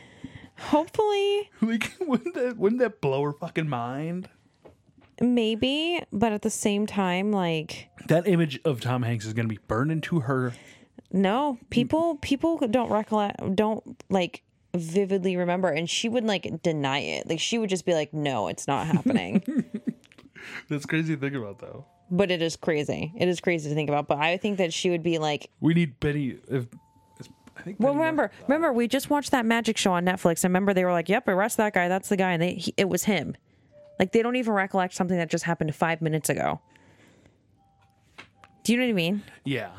[SPEAKER 3] Hopefully,
[SPEAKER 2] Like, wouldn't that, wouldn't that blow her fucking mind?
[SPEAKER 3] maybe, but at the same time, like,
[SPEAKER 2] That image of Tom Hanks is going to be burned into her.
[SPEAKER 3] no, people people don't recollect, don't like vividly remember, and she would like deny it. Like, she would just be like, "No, it's
[SPEAKER 2] (laughs)
[SPEAKER 3] not happening."
[SPEAKER 2] That's crazy to think about, though.
[SPEAKER 3] but it is crazy. It is crazy to think about. But I think that she would be like,
[SPEAKER 2] We need Benny. If it's- I think.
[SPEAKER 3] Well,
[SPEAKER 2] Benny Mur-
[SPEAKER 3] remember, remember, we just watched that magic show on Netflix, and remember they were like, "Yep, arrest that guy. That's the guy," and they he, it was him. Like they don't even recollect something that just happened five minutes ago. Do you know what I mean?
[SPEAKER 2] Yeah.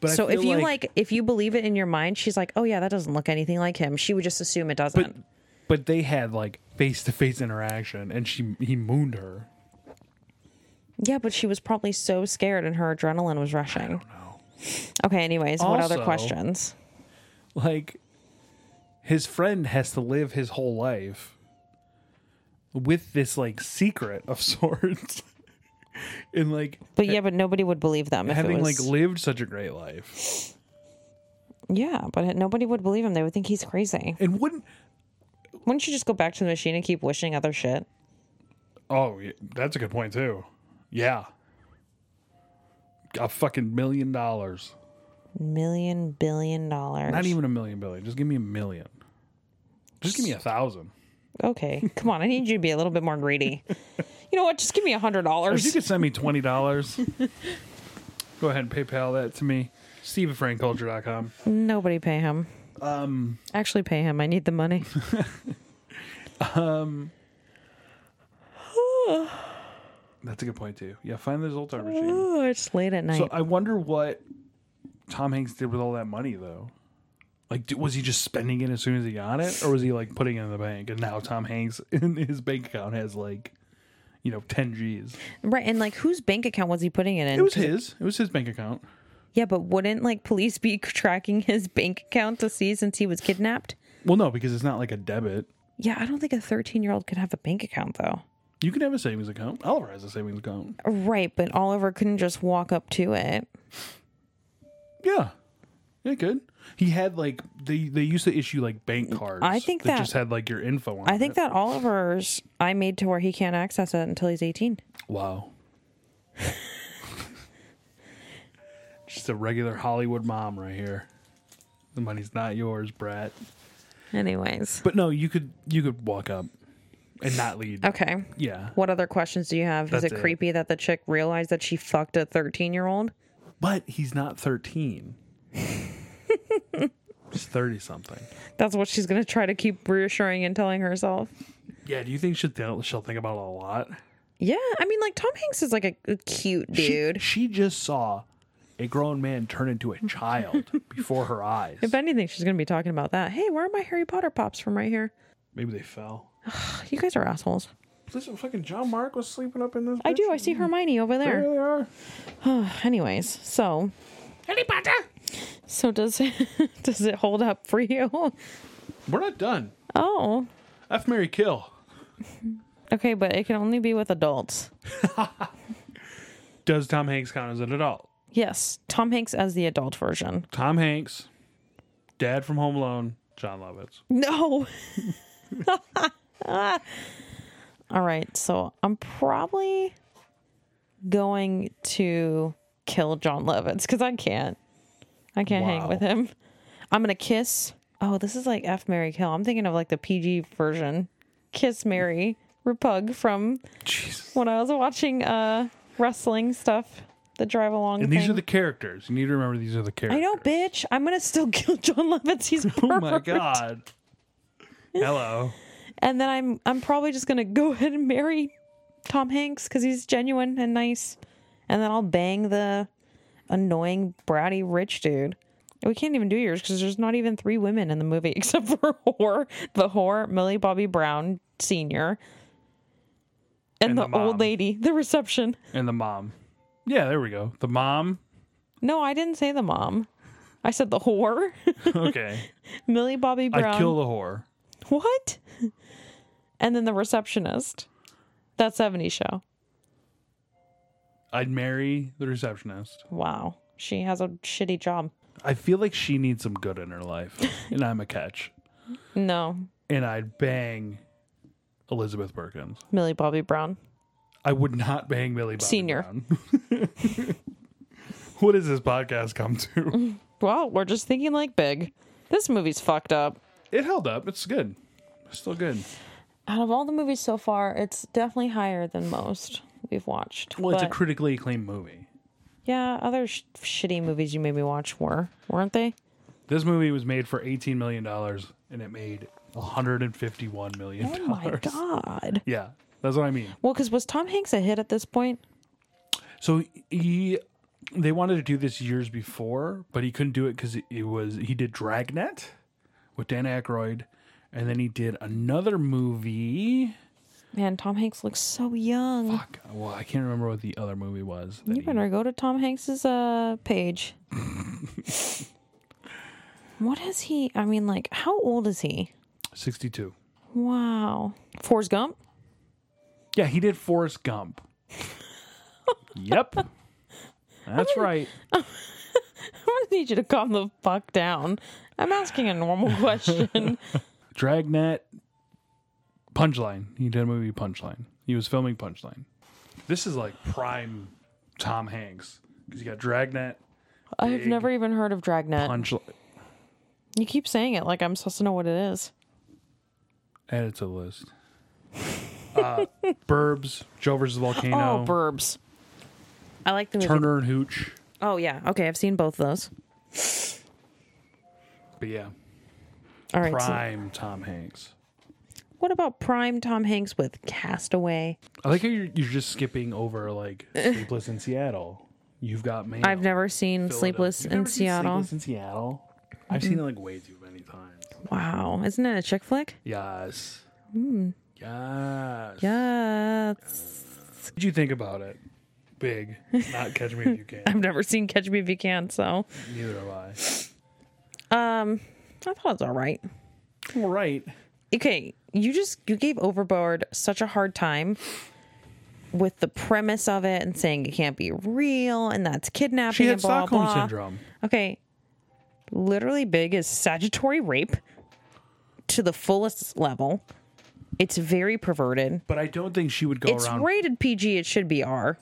[SPEAKER 2] But I
[SPEAKER 3] so if
[SPEAKER 2] feel
[SPEAKER 3] you like, if you believe it in your mind, she's like, "Oh yeah, that doesn't look anything like him." She would just assume it doesn't.
[SPEAKER 2] but but they had like face to face interaction, and she he mooned her.
[SPEAKER 3] yeah, but she was probably so scared, and her adrenaline was rushing. Okay. Anyways, what other
[SPEAKER 2] Also-
[SPEAKER 3] questions?
[SPEAKER 2] like his friend has to live his whole life with this like secret of (laughs) sorts and like
[SPEAKER 3] But yeah, but nobody would believe them if
[SPEAKER 2] having
[SPEAKER 3] it was.
[SPEAKER 2] like lived such a great life
[SPEAKER 3] yeah, but nobody would believe him. They would think he's crazy.
[SPEAKER 2] and wouldn't
[SPEAKER 3] Wouldn't you just go back to the machine and keep wishing other shit?
[SPEAKER 2] oh yeah, that's a good point too yeah a fucking million dollars
[SPEAKER 3] million billion dollars.
[SPEAKER 2] not even a million billion just give me a million just give me a thousand
[SPEAKER 3] Okay, come on. I need you to be a little bit more
[SPEAKER 2] (laughs)
[SPEAKER 3] greedy. you know what? Just give me a hundred
[SPEAKER 2] if you
[SPEAKER 3] dollars.
[SPEAKER 2] could send me twenty dollars go ahead and paypal that to me steve at frankculture.com
[SPEAKER 3] Nobody pay him. Um, actually, pay him. I need the
[SPEAKER 2] (laughs)
[SPEAKER 3] money.
[SPEAKER 10] That's a good point too. Yeah, find the Zoltar machine.
[SPEAKER 3] Oh, it's late at night.
[SPEAKER 2] So I wonder what Tom Hanks did with all that money, though. Like, do, was he just spending it as soon as he got it, or was he like putting it in the bank? And now Tom Hanks (laughs) in his bank account has like, you know, ten G's.
[SPEAKER 3] right, and like whose bank account was he putting it in?
[SPEAKER 2] It was his. It was his bank account.
[SPEAKER 3] Yeah, but wouldn't like police be (laughs) tracking his bank account to see since he was kidnapped?
[SPEAKER 2] Well, no, because it's not like a debit.
[SPEAKER 3] Yeah, I don't think a 13 year old could have a bank account though.
[SPEAKER 2] You can have a savings account. Oliver has a savings account.
[SPEAKER 3] Right, but Oliver couldn't just walk up to it.
[SPEAKER 2] Yeah, yeah, good. He had like they they used to issue like bank cards.
[SPEAKER 3] I think that-
[SPEAKER 2] just had like your info on.
[SPEAKER 3] I think
[SPEAKER 2] it.
[SPEAKER 3] that Oliver's I made to where he can't access it until he's 18.
[SPEAKER 2] Wow. (laughs) Just a regular Hollywood mom right here. The money's not yours, brat.
[SPEAKER 3] Anyways.
[SPEAKER 2] But no, you could you could walk up and not lead.
[SPEAKER 3] Okay.
[SPEAKER 2] Yeah.
[SPEAKER 3] What other questions do you have?
[SPEAKER 2] That's
[SPEAKER 3] Is
[SPEAKER 2] it.
[SPEAKER 3] it creepy that the chick realized that she fucked a 13 year old?
[SPEAKER 2] But he's not
[SPEAKER 3] (laughs)
[SPEAKER 2] 13. He's 30 something.
[SPEAKER 3] That's what she's going to try to keep reassuring and telling herself.
[SPEAKER 2] Yeah, do you think she'll th- she'll think about it a lot?
[SPEAKER 3] Yeah, I mean, like Tom Hanks is like a, a cute
[SPEAKER 2] She-
[SPEAKER 3] (laughs) dude.
[SPEAKER 2] She, just saw a grown man turn into a child (laughs) before her eyes.
[SPEAKER 3] if anything, she's going to be talking about that. Hey, where are my Harry Potter pops from right here?
[SPEAKER 2] Maybe they fell.
[SPEAKER 3] You guys are assholes.
[SPEAKER 2] Listen, fucking John Mark was sleeping up in this.
[SPEAKER 3] I do. I see Hermione over
[SPEAKER 2] There (laughs)
[SPEAKER 3] there.
[SPEAKER 2] they are.
[SPEAKER 3] Anyways, so
[SPEAKER 10] Harry Potter.
[SPEAKER 3] so does (laughs) does it hold up for you? (laughs)
[SPEAKER 2] We're not done.
[SPEAKER 3] Oh,
[SPEAKER 2] F Mary Kill.
[SPEAKER 3] okay, but it can only be with adults.
[SPEAKER 2] Does Tom Hanks count as an adult?
[SPEAKER 3] Yes, Tom Hanks as the adult version.
[SPEAKER 2] Tom Hanks, dad from Home Alone, John Lovitz.
[SPEAKER 3] No. All right, so I'm probably going to kill John Lovitz because I can't. I can't hang
[SPEAKER 2] Wow.
[SPEAKER 3] with him. I'm gonna kiss. Oh, this is like F Mary Kill. I'm thinking of like the PG version. Kiss Mary Repug from
[SPEAKER 2] Jesus.
[SPEAKER 3] when I was watching uh wrestling stuff. The drive along.
[SPEAKER 2] And these are the characters. You need to remember these are the
[SPEAKER 3] I
[SPEAKER 2] characters.
[SPEAKER 3] know, bitch. I'm gonna still (laughs) kill John Lovitz. He's perfect.
[SPEAKER 2] (laughs) Oh my
[SPEAKER 3] (laughs)
[SPEAKER 2] god. Hello.
[SPEAKER 3] and then I'm I'm probably just gonna go (laughs) ahead and marry Tom Hanks because he's genuine and nice, and then I'll bang the annoying bratty rich dude. We can't even do yours because there's not even three women in the movie (laughs) except for whore, the whore, Millie Bobby Brown Senior, and,
[SPEAKER 2] And
[SPEAKER 3] the,
[SPEAKER 2] the mom.
[SPEAKER 3] old lady, the reception.
[SPEAKER 2] And the mom. Yeah, there we go. The mom.
[SPEAKER 3] No, I didn't say the mom. I said the whore, (laughs)
[SPEAKER 2] Okay.
[SPEAKER 3] Millie Bobby Brown.
[SPEAKER 2] I'd kill the whore.
[SPEAKER 3] What? (laughs) And then the receptionist. That 70s show.
[SPEAKER 2] I'd marry the receptionist.
[SPEAKER 3] Wow. She has a shitty job.
[SPEAKER 2] I feel like she needs some good in her
[SPEAKER 3] (laughs)
[SPEAKER 2] life. and I'm a catch.
[SPEAKER 3] No.
[SPEAKER 2] And I'd bang Elizabeth Perkins.
[SPEAKER 3] Millie Bobby Brown.
[SPEAKER 2] I would not bang Millie Bobby
[SPEAKER 3] Senior.
[SPEAKER 2] Brown. (laughs) what does this podcast come
[SPEAKER 3] (laughs)
[SPEAKER 2] to?
[SPEAKER 3] Well, we're just thinking like big. This movie's fucked up.
[SPEAKER 2] It held up. It's good. It's still good.
[SPEAKER 3] Out of all the movies so far, it's definitely higher than most we've watched.
[SPEAKER 2] Well, it's
[SPEAKER 3] But,
[SPEAKER 2] a critically acclaimed movie.
[SPEAKER 3] yeah, other sh- shitty movies you made me watch were, weren't they?
[SPEAKER 2] This movie was made for eighteen million dollars, and it made one hundred and fifty-one million
[SPEAKER 3] Oh my
[SPEAKER 2] dollars.
[SPEAKER 3] god.
[SPEAKER 2] Yeah, that's what I mean.
[SPEAKER 3] Well, because was Tom Hanks a hit at this point?
[SPEAKER 2] So he, they wanted to do this years before, but he couldn't do it because it was he did Dragnet with Dan Aykroyd, and then he did another movie.
[SPEAKER 3] Man, Tom Hanks looks so young.
[SPEAKER 2] Fuck, well, I can't remember what the other movie was. that
[SPEAKER 3] You
[SPEAKER 2] he-
[SPEAKER 3] better go to Tom Hanks's uh
[SPEAKER 2] (laughs)
[SPEAKER 3] page. what is he? I mean, like, how old is he?
[SPEAKER 2] Sixty-two.
[SPEAKER 3] Wow. Forrest Gump? (laughs)
[SPEAKER 2] Yeah, he did Forrest Gump. yep, that's right.
[SPEAKER 3] I'm gonna need you to calm the fuck down. I'm asking
[SPEAKER 2] (laughs)
[SPEAKER 3] a normal question.
[SPEAKER 2] Dragnet, Punchline. He did a movie Punchline. He was filming Punchline. This is like prime Tom Hanks because you got Dragnet,
[SPEAKER 3] I have never even heard of Dragnet.
[SPEAKER 2] Punchline.
[SPEAKER 3] You keep saying it like I'm supposed to know what it is.
[SPEAKER 2] Add it to the list.
[SPEAKER 3] (laughs)
[SPEAKER 2] Uh, Burbs, Joe versus
[SPEAKER 3] Oh,
[SPEAKER 2] Volcano,
[SPEAKER 3] Burbs. I like the movie.
[SPEAKER 2] Turner and Hooch.
[SPEAKER 3] Oh yeah. Okay, I've seen both of those.
[SPEAKER 2] But yeah,
[SPEAKER 3] All right. so-
[SPEAKER 2] prime Tom Hanks.
[SPEAKER 3] What about prime Tom Hanks with Castaway?
[SPEAKER 2] I like how you're, you're just skipping over
[SPEAKER 3] (laughs)
[SPEAKER 2] like Sleepless in Seattle. You've got man.
[SPEAKER 3] I've never seen Sleepless in Seattle.
[SPEAKER 2] Sleepless in Seattle. I've seen it like way too many times.
[SPEAKER 3] Wow, isn't it a chick flick?
[SPEAKER 2] Yes.
[SPEAKER 3] Mm.
[SPEAKER 2] Yes.
[SPEAKER 3] Yes.
[SPEAKER 2] What did you think about it? Big. Not Catch Me
[SPEAKER 3] (laughs)
[SPEAKER 2] If You Can.
[SPEAKER 3] I've never seen Catch Me If You Can, so
[SPEAKER 2] Neither have I.
[SPEAKER 3] um, I thought it was all right.
[SPEAKER 2] All right.
[SPEAKER 3] Okay, you just you gave Overboard such a hard time with the premise of it and saying it can't be real and that's kidnapping.
[SPEAKER 2] She had
[SPEAKER 3] and blah,
[SPEAKER 2] Stockholm
[SPEAKER 3] blah.
[SPEAKER 2] syndrome.
[SPEAKER 3] Okay, literally big is statutory rape to the fullest level. It's very perverted.
[SPEAKER 2] But I don't think she would go
[SPEAKER 3] it's
[SPEAKER 2] around.
[SPEAKER 3] rated PG. It should be R.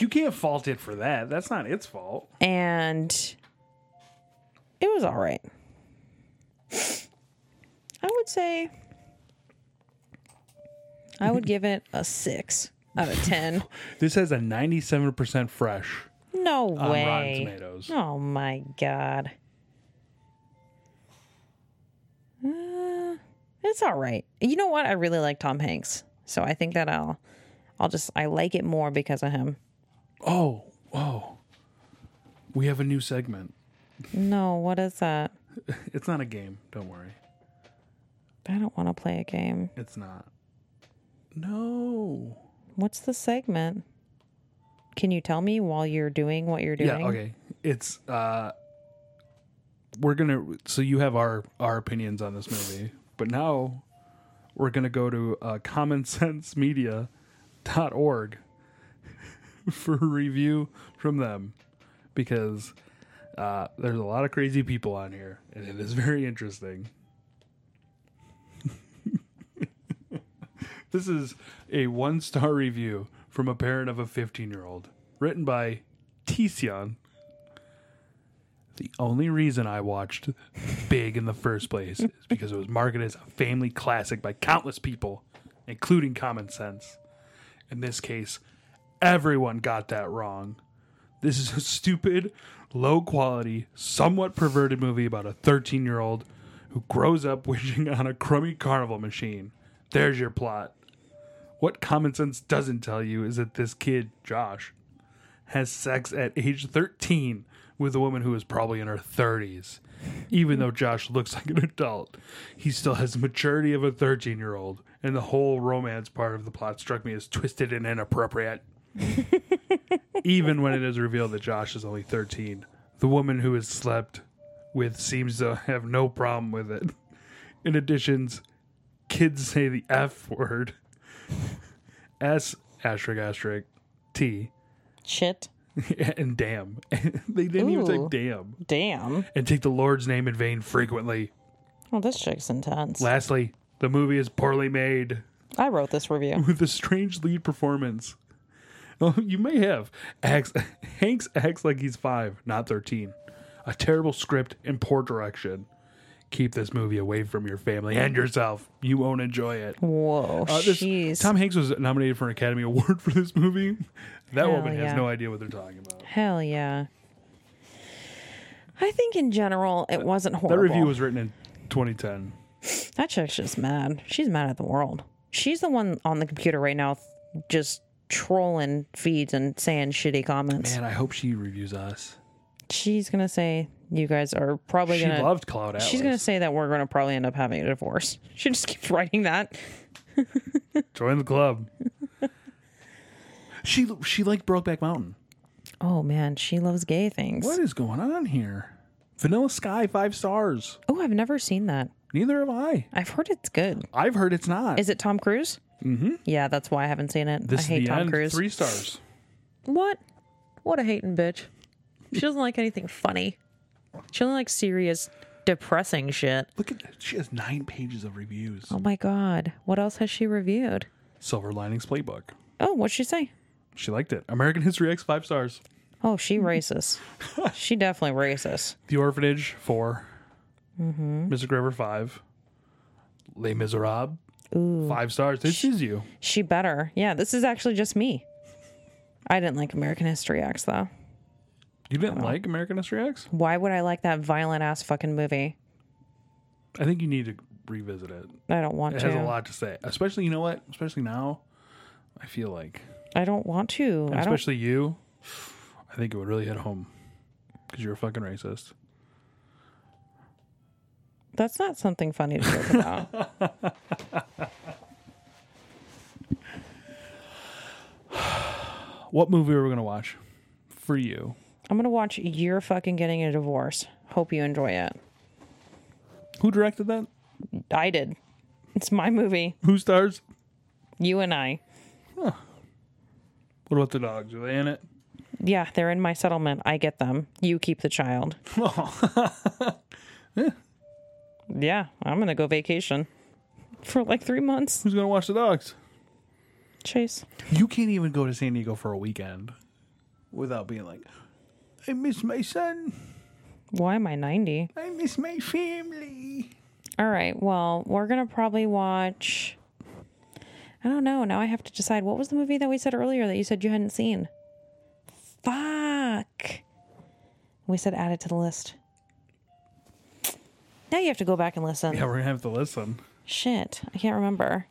[SPEAKER 2] You can't fault it for that. That's not its fault.
[SPEAKER 3] and it was all right. I would say I would give it a six out of
[SPEAKER 2] (laughs)
[SPEAKER 3] ten.
[SPEAKER 2] This has a 97% fresh.
[SPEAKER 3] No
[SPEAKER 2] Rotten
[SPEAKER 3] way.
[SPEAKER 2] Tomatoes.
[SPEAKER 3] Oh my god. Uh, it's all right. You know what? I really like Tom Hanks, so I think that I'll, I'll just I like it more because of him.
[SPEAKER 2] Oh, whoa. We have a new segment.
[SPEAKER 3] No, what is that?
[SPEAKER 2] It's not a game. Don't worry.
[SPEAKER 3] I don't want to play a game.
[SPEAKER 2] It's not. No.
[SPEAKER 3] What's the segment? Can you tell me while you're doing what you're doing?
[SPEAKER 2] Yeah, okay. It's uh we're going to so you have our our opinions on this movie, but now we're going to go to uh commonsensemedia.org (laughs) for a review from them because uh there's a lot of crazy people on here and it is very interesting. (laughs) This is a one star review from a parent of a 15 year old, written by Tision. The only reason I watched Big in the first place is because it was marketed as a family classic by countless people, including Common Sense. In this case, everyone got that wrong. This is a stupid, low quality, somewhat perverted movie about a 13 year old who grows up wishing on a crummy carnival machine. There's your plot. What common sense doesn't tell you is that this kid, Josh, has sex at age 13 with a woman who is probably in her 30s. Even though Josh looks like an adult, he still has the maturity of a 13 year old, and the whole romance part of the plot struck me as twisted and inappropriate. Even when it is revealed that Josh is only 13, the woman who has slept with seems to have no problem with it. In addition, kids say the F word. S asterisk asterisk T
[SPEAKER 3] Shit.
[SPEAKER 2] (laughs) and damn. they didn't even say
[SPEAKER 3] Ooh.
[SPEAKER 2] damn.
[SPEAKER 3] Damn.
[SPEAKER 2] And take the Lord's name in vain frequently.
[SPEAKER 3] Well, this chick's intense.
[SPEAKER 2] Lastly, the movie is poorly made (laughs)
[SPEAKER 3] I wrote this review.
[SPEAKER 2] with a strange lead performance. (laughs) Oh, you may have. Acts, (laughs) Hanks acts like he's five, not 13. A terrible script and poor direction. Keep this movie away from your family and yourself. You won't enjoy it.
[SPEAKER 3] Whoa,
[SPEAKER 2] Uh, this-
[SPEAKER 3] jeez.
[SPEAKER 2] Tom Hanks was nominated for an Academy Award (laughs) for this movie. That
[SPEAKER 3] Hell
[SPEAKER 2] woman
[SPEAKER 3] yeah.
[SPEAKER 2] has no idea what they're talking about.
[SPEAKER 3] Hell yeah. I think in general it wasn't horrible.
[SPEAKER 2] That review was written in 2010.
[SPEAKER 3] That chick's just mad. She's mad at the world. She's the one on the computer right now, just trolling feeds and saying shitty comments.
[SPEAKER 2] Man, I hope she reviews us.
[SPEAKER 3] She's gonna say you guys are probably
[SPEAKER 2] She
[SPEAKER 3] gonna.
[SPEAKER 2] loved Cloud Atlas.
[SPEAKER 3] She's gonna say that we're gonna probably end up having a divorce. (laughs) She just keeps writing that.
[SPEAKER 2] Join the club. she she liked Brokeback Mountain.
[SPEAKER 3] Oh man, she loves gay things.
[SPEAKER 2] What is going on here? Vanilla Sky five stars.
[SPEAKER 3] Oh, I've never seen that.
[SPEAKER 2] Neither have I.
[SPEAKER 3] I've heard it's good.
[SPEAKER 2] I've heard it's not.
[SPEAKER 3] Is it Tom Cruise?
[SPEAKER 2] mm-hmm.
[SPEAKER 3] Yeah, that's why I haven't seen it.
[SPEAKER 2] This
[SPEAKER 3] I
[SPEAKER 2] is
[SPEAKER 3] hate
[SPEAKER 2] the
[SPEAKER 3] Tom
[SPEAKER 2] end.
[SPEAKER 3] Cruise.
[SPEAKER 2] Three stars.
[SPEAKER 3] What? What a hating bitch. She doesn't like anything funny. She only likes serious, depressing shit.
[SPEAKER 2] Look at that. She has nine pages of reviews.
[SPEAKER 3] Oh my god. What else has she reviewed?
[SPEAKER 2] Silver Linings Playbook.
[SPEAKER 3] Oh, what'd she say?
[SPEAKER 2] She liked it. American History X five stars.
[SPEAKER 3] Oh,
[SPEAKER 2] Hmm. (laughs)
[SPEAKER 3] she racist. she definitely racist.
[SPEAKER 2] The Orphanage 4
[SPEAKER 3] Mhm.
[SPEAKER 2] Mystic River five. Les Miserables
[SPEAKER 3] Ooh.
[SPEAKER 2] five stars. This is you.
[SPEAKER 3] She better. Yeah, this is actually just me. I didn't like American History X though.
[SPEAKER 2] You didn't like American History X?
[SPEAKER 3] Why would I like that violent ass fucking movie?
[SPEAKER 2] I think you need to revisit it.
[SPEAKER 3] I don't want
[SPEAKER 2] it
[SPEAKER 3] to.
[SPEAKER 2] has a lot to say, especially you know what, especially now. I feel like,
[SPEAKER 3] I don't want to.
[SPEAKER 2] and
[SPEAKER 3] I don't
[SPEAKER 2] especially you. I think it would really hit home because you're a fucking racist.
[SPEAKER 3] That's not something funny to joke about.
[SPEAKER 2] What movie are we gonna watch for you?
[SPEAKER 3] I'm gonna watch You're Fucking Getting a Divorce. Hope you enjoy it.
[SPEAKER 2] Who directed that?
[SPEAKER 3] I did. It's my movie.
[SPEAKER 2] Who stars?
[SPEAKER 3] You and I.
[SPEAKER 2] What about the dogs? Are they in it? (laughs)
[SPEAKER 3] Yeah, they're in my settlement. I get them. You keep the child. yeah, I'm gonna go vacation for like three months.
[SPEAKER 2] Who's gonna watch the dogs?
[SPEAKER 3] Chase.
[SPEAKER 2] You can't even go to San Diego for a weekend without being like, I miss my son.
[SPEAKER 3] Why am I 90?
[SPEAKER 2] I miss my family.
[SPEAKER 3] All right. Well, we're gonna probably watch. I don't know. Now I have to decide. What was the movie that we said earlier that you said you hadn't seen? Fuck. We said add it to the list. Now you have to go back and listen.
[SPEAKER 2] Yeah, we're gonna have to listen.
[SPEAKER 3] Shit, I can't remember.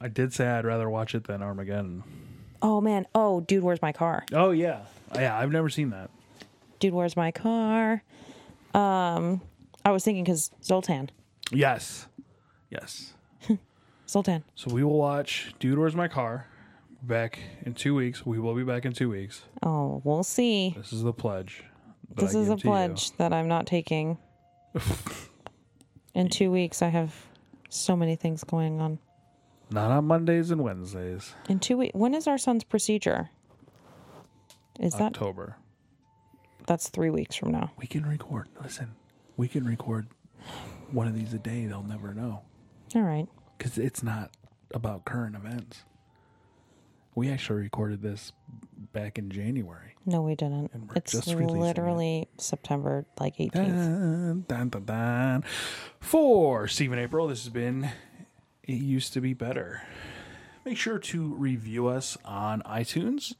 [SPEAKER 2] I did say I'd rather watch it than Armageddon.
[SPEAKER 3] Oh man. Oh, dude, where's my car?
[SPEAKER 2] Oh yeah, yeah. I've never seen that.
[SPEAKER 3] Dude, where's my car? Um, I was thinking because Zoltan,
[SPEAKER 2] Yes, yes.
[SPEAKER 3] Zoltan.
[SPEAKER 2] So we will watch Dude, Where's My Car? Back in two weeks. We will be back in two weeks.
[SPEAKER 3] Oh, we'll see.
[SPEAKER 2] This is the pledge. that
[SPEAKER 3] This
[SPEAKER 2] I
[SPEAKER 3] is
[SPEAKER 2] give
[SPEAKER 3] a
[SPEAKER 2] to you.
[SPEAKER 3] pledge that I'm
[SPEAKER 2] (laughs)
[SPEAKER 3] not taking. In two weeks, I have so many things going on.
[SPEAKER 2] Not on Mondays and Wednesdays.
[SPEAKER 3] In two weeks, when is our son's procedure? Is that
[SPEAKER 2] October.
[SPEAKER 3] that's three weeks from now?
[SPEAKER 2] We can record. Listen, we can record one of these a day. They'll never know
[SPEAKER 3] All right.
[SPEAKER 2] because it's not about current events. We actually recorded this back in January.
[SPEAKER 3] No, we didn't.
[SPEAKER 2] we're
[SPEAKER 3] It's
[SPEAKER 2] just releasing it.
[SPEAKER 3] literally September like 18th.
[SPEAKER 2] Dun, dun, dun, dun. For Stephen April, this has been It Used to Be Better. Make sure to review us on iTunes.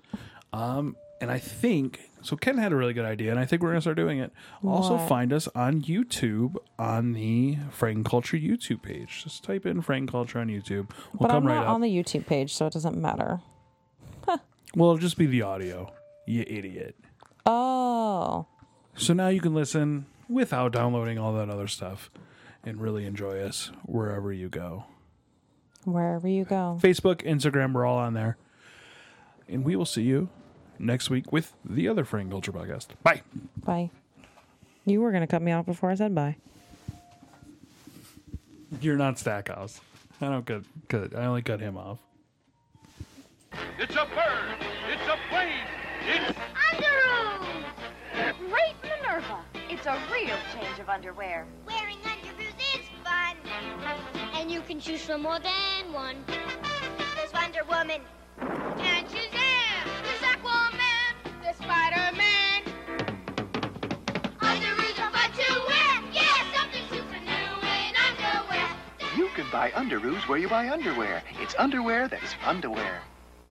[SPEAKER 2] Um, and I think, so Ken had a really good idea, and I think we're going to start doing it. Also,
[SPEAKER 3] What?
[SPEAKER 2] find us on YouTube on the Frank Culture YouTube page. Just type in Frank Culture on YouTube. We'll
[SPEAKER 3] But I'm
[SPEAKER 2] come
[SPEAKER 3] not
[SPEAKER 2] right up.
[SPEAKER 3] on the YouTube page, so it doesn't matter.
[SPEAKER 2] well, it'll just be the audio, you idiot.
[SPEAKER 3] Oh,
[SPEAKER 2] So now you can listen without downloading all that other stuff and really enjoy us wherever you go.
[SPEAKER 3] wherever you go.
[SPEAKER 2] Facebook, Instagram, we're all on there. And we will see you next week with the other Frank Culture podcast. Bye.
[SPEAKER 3] Bye. You were going to cut me off before I said bye.
[SPEAKER 2] You're not Stackhouse. I don't cut, cut I only cut him off.
[SPEAKER 11] It's a bird. It's a plane. It's
[SPEAKER 12] Underoos! Great Minerva! It's a real change of underwear.
[SPEAKER 13] Wearing underoos is fun. And you can choose from more than one. There's Wonder Woman.
[SPEAKER 5] And Shazam! There's Aquaman! There's Spider-Man! Underoos are fun to wear! Yeah, something super new in underwear!
[SPEAKER 14] You can buy underoos where you buy underwear. It's underwear that is fun to wear.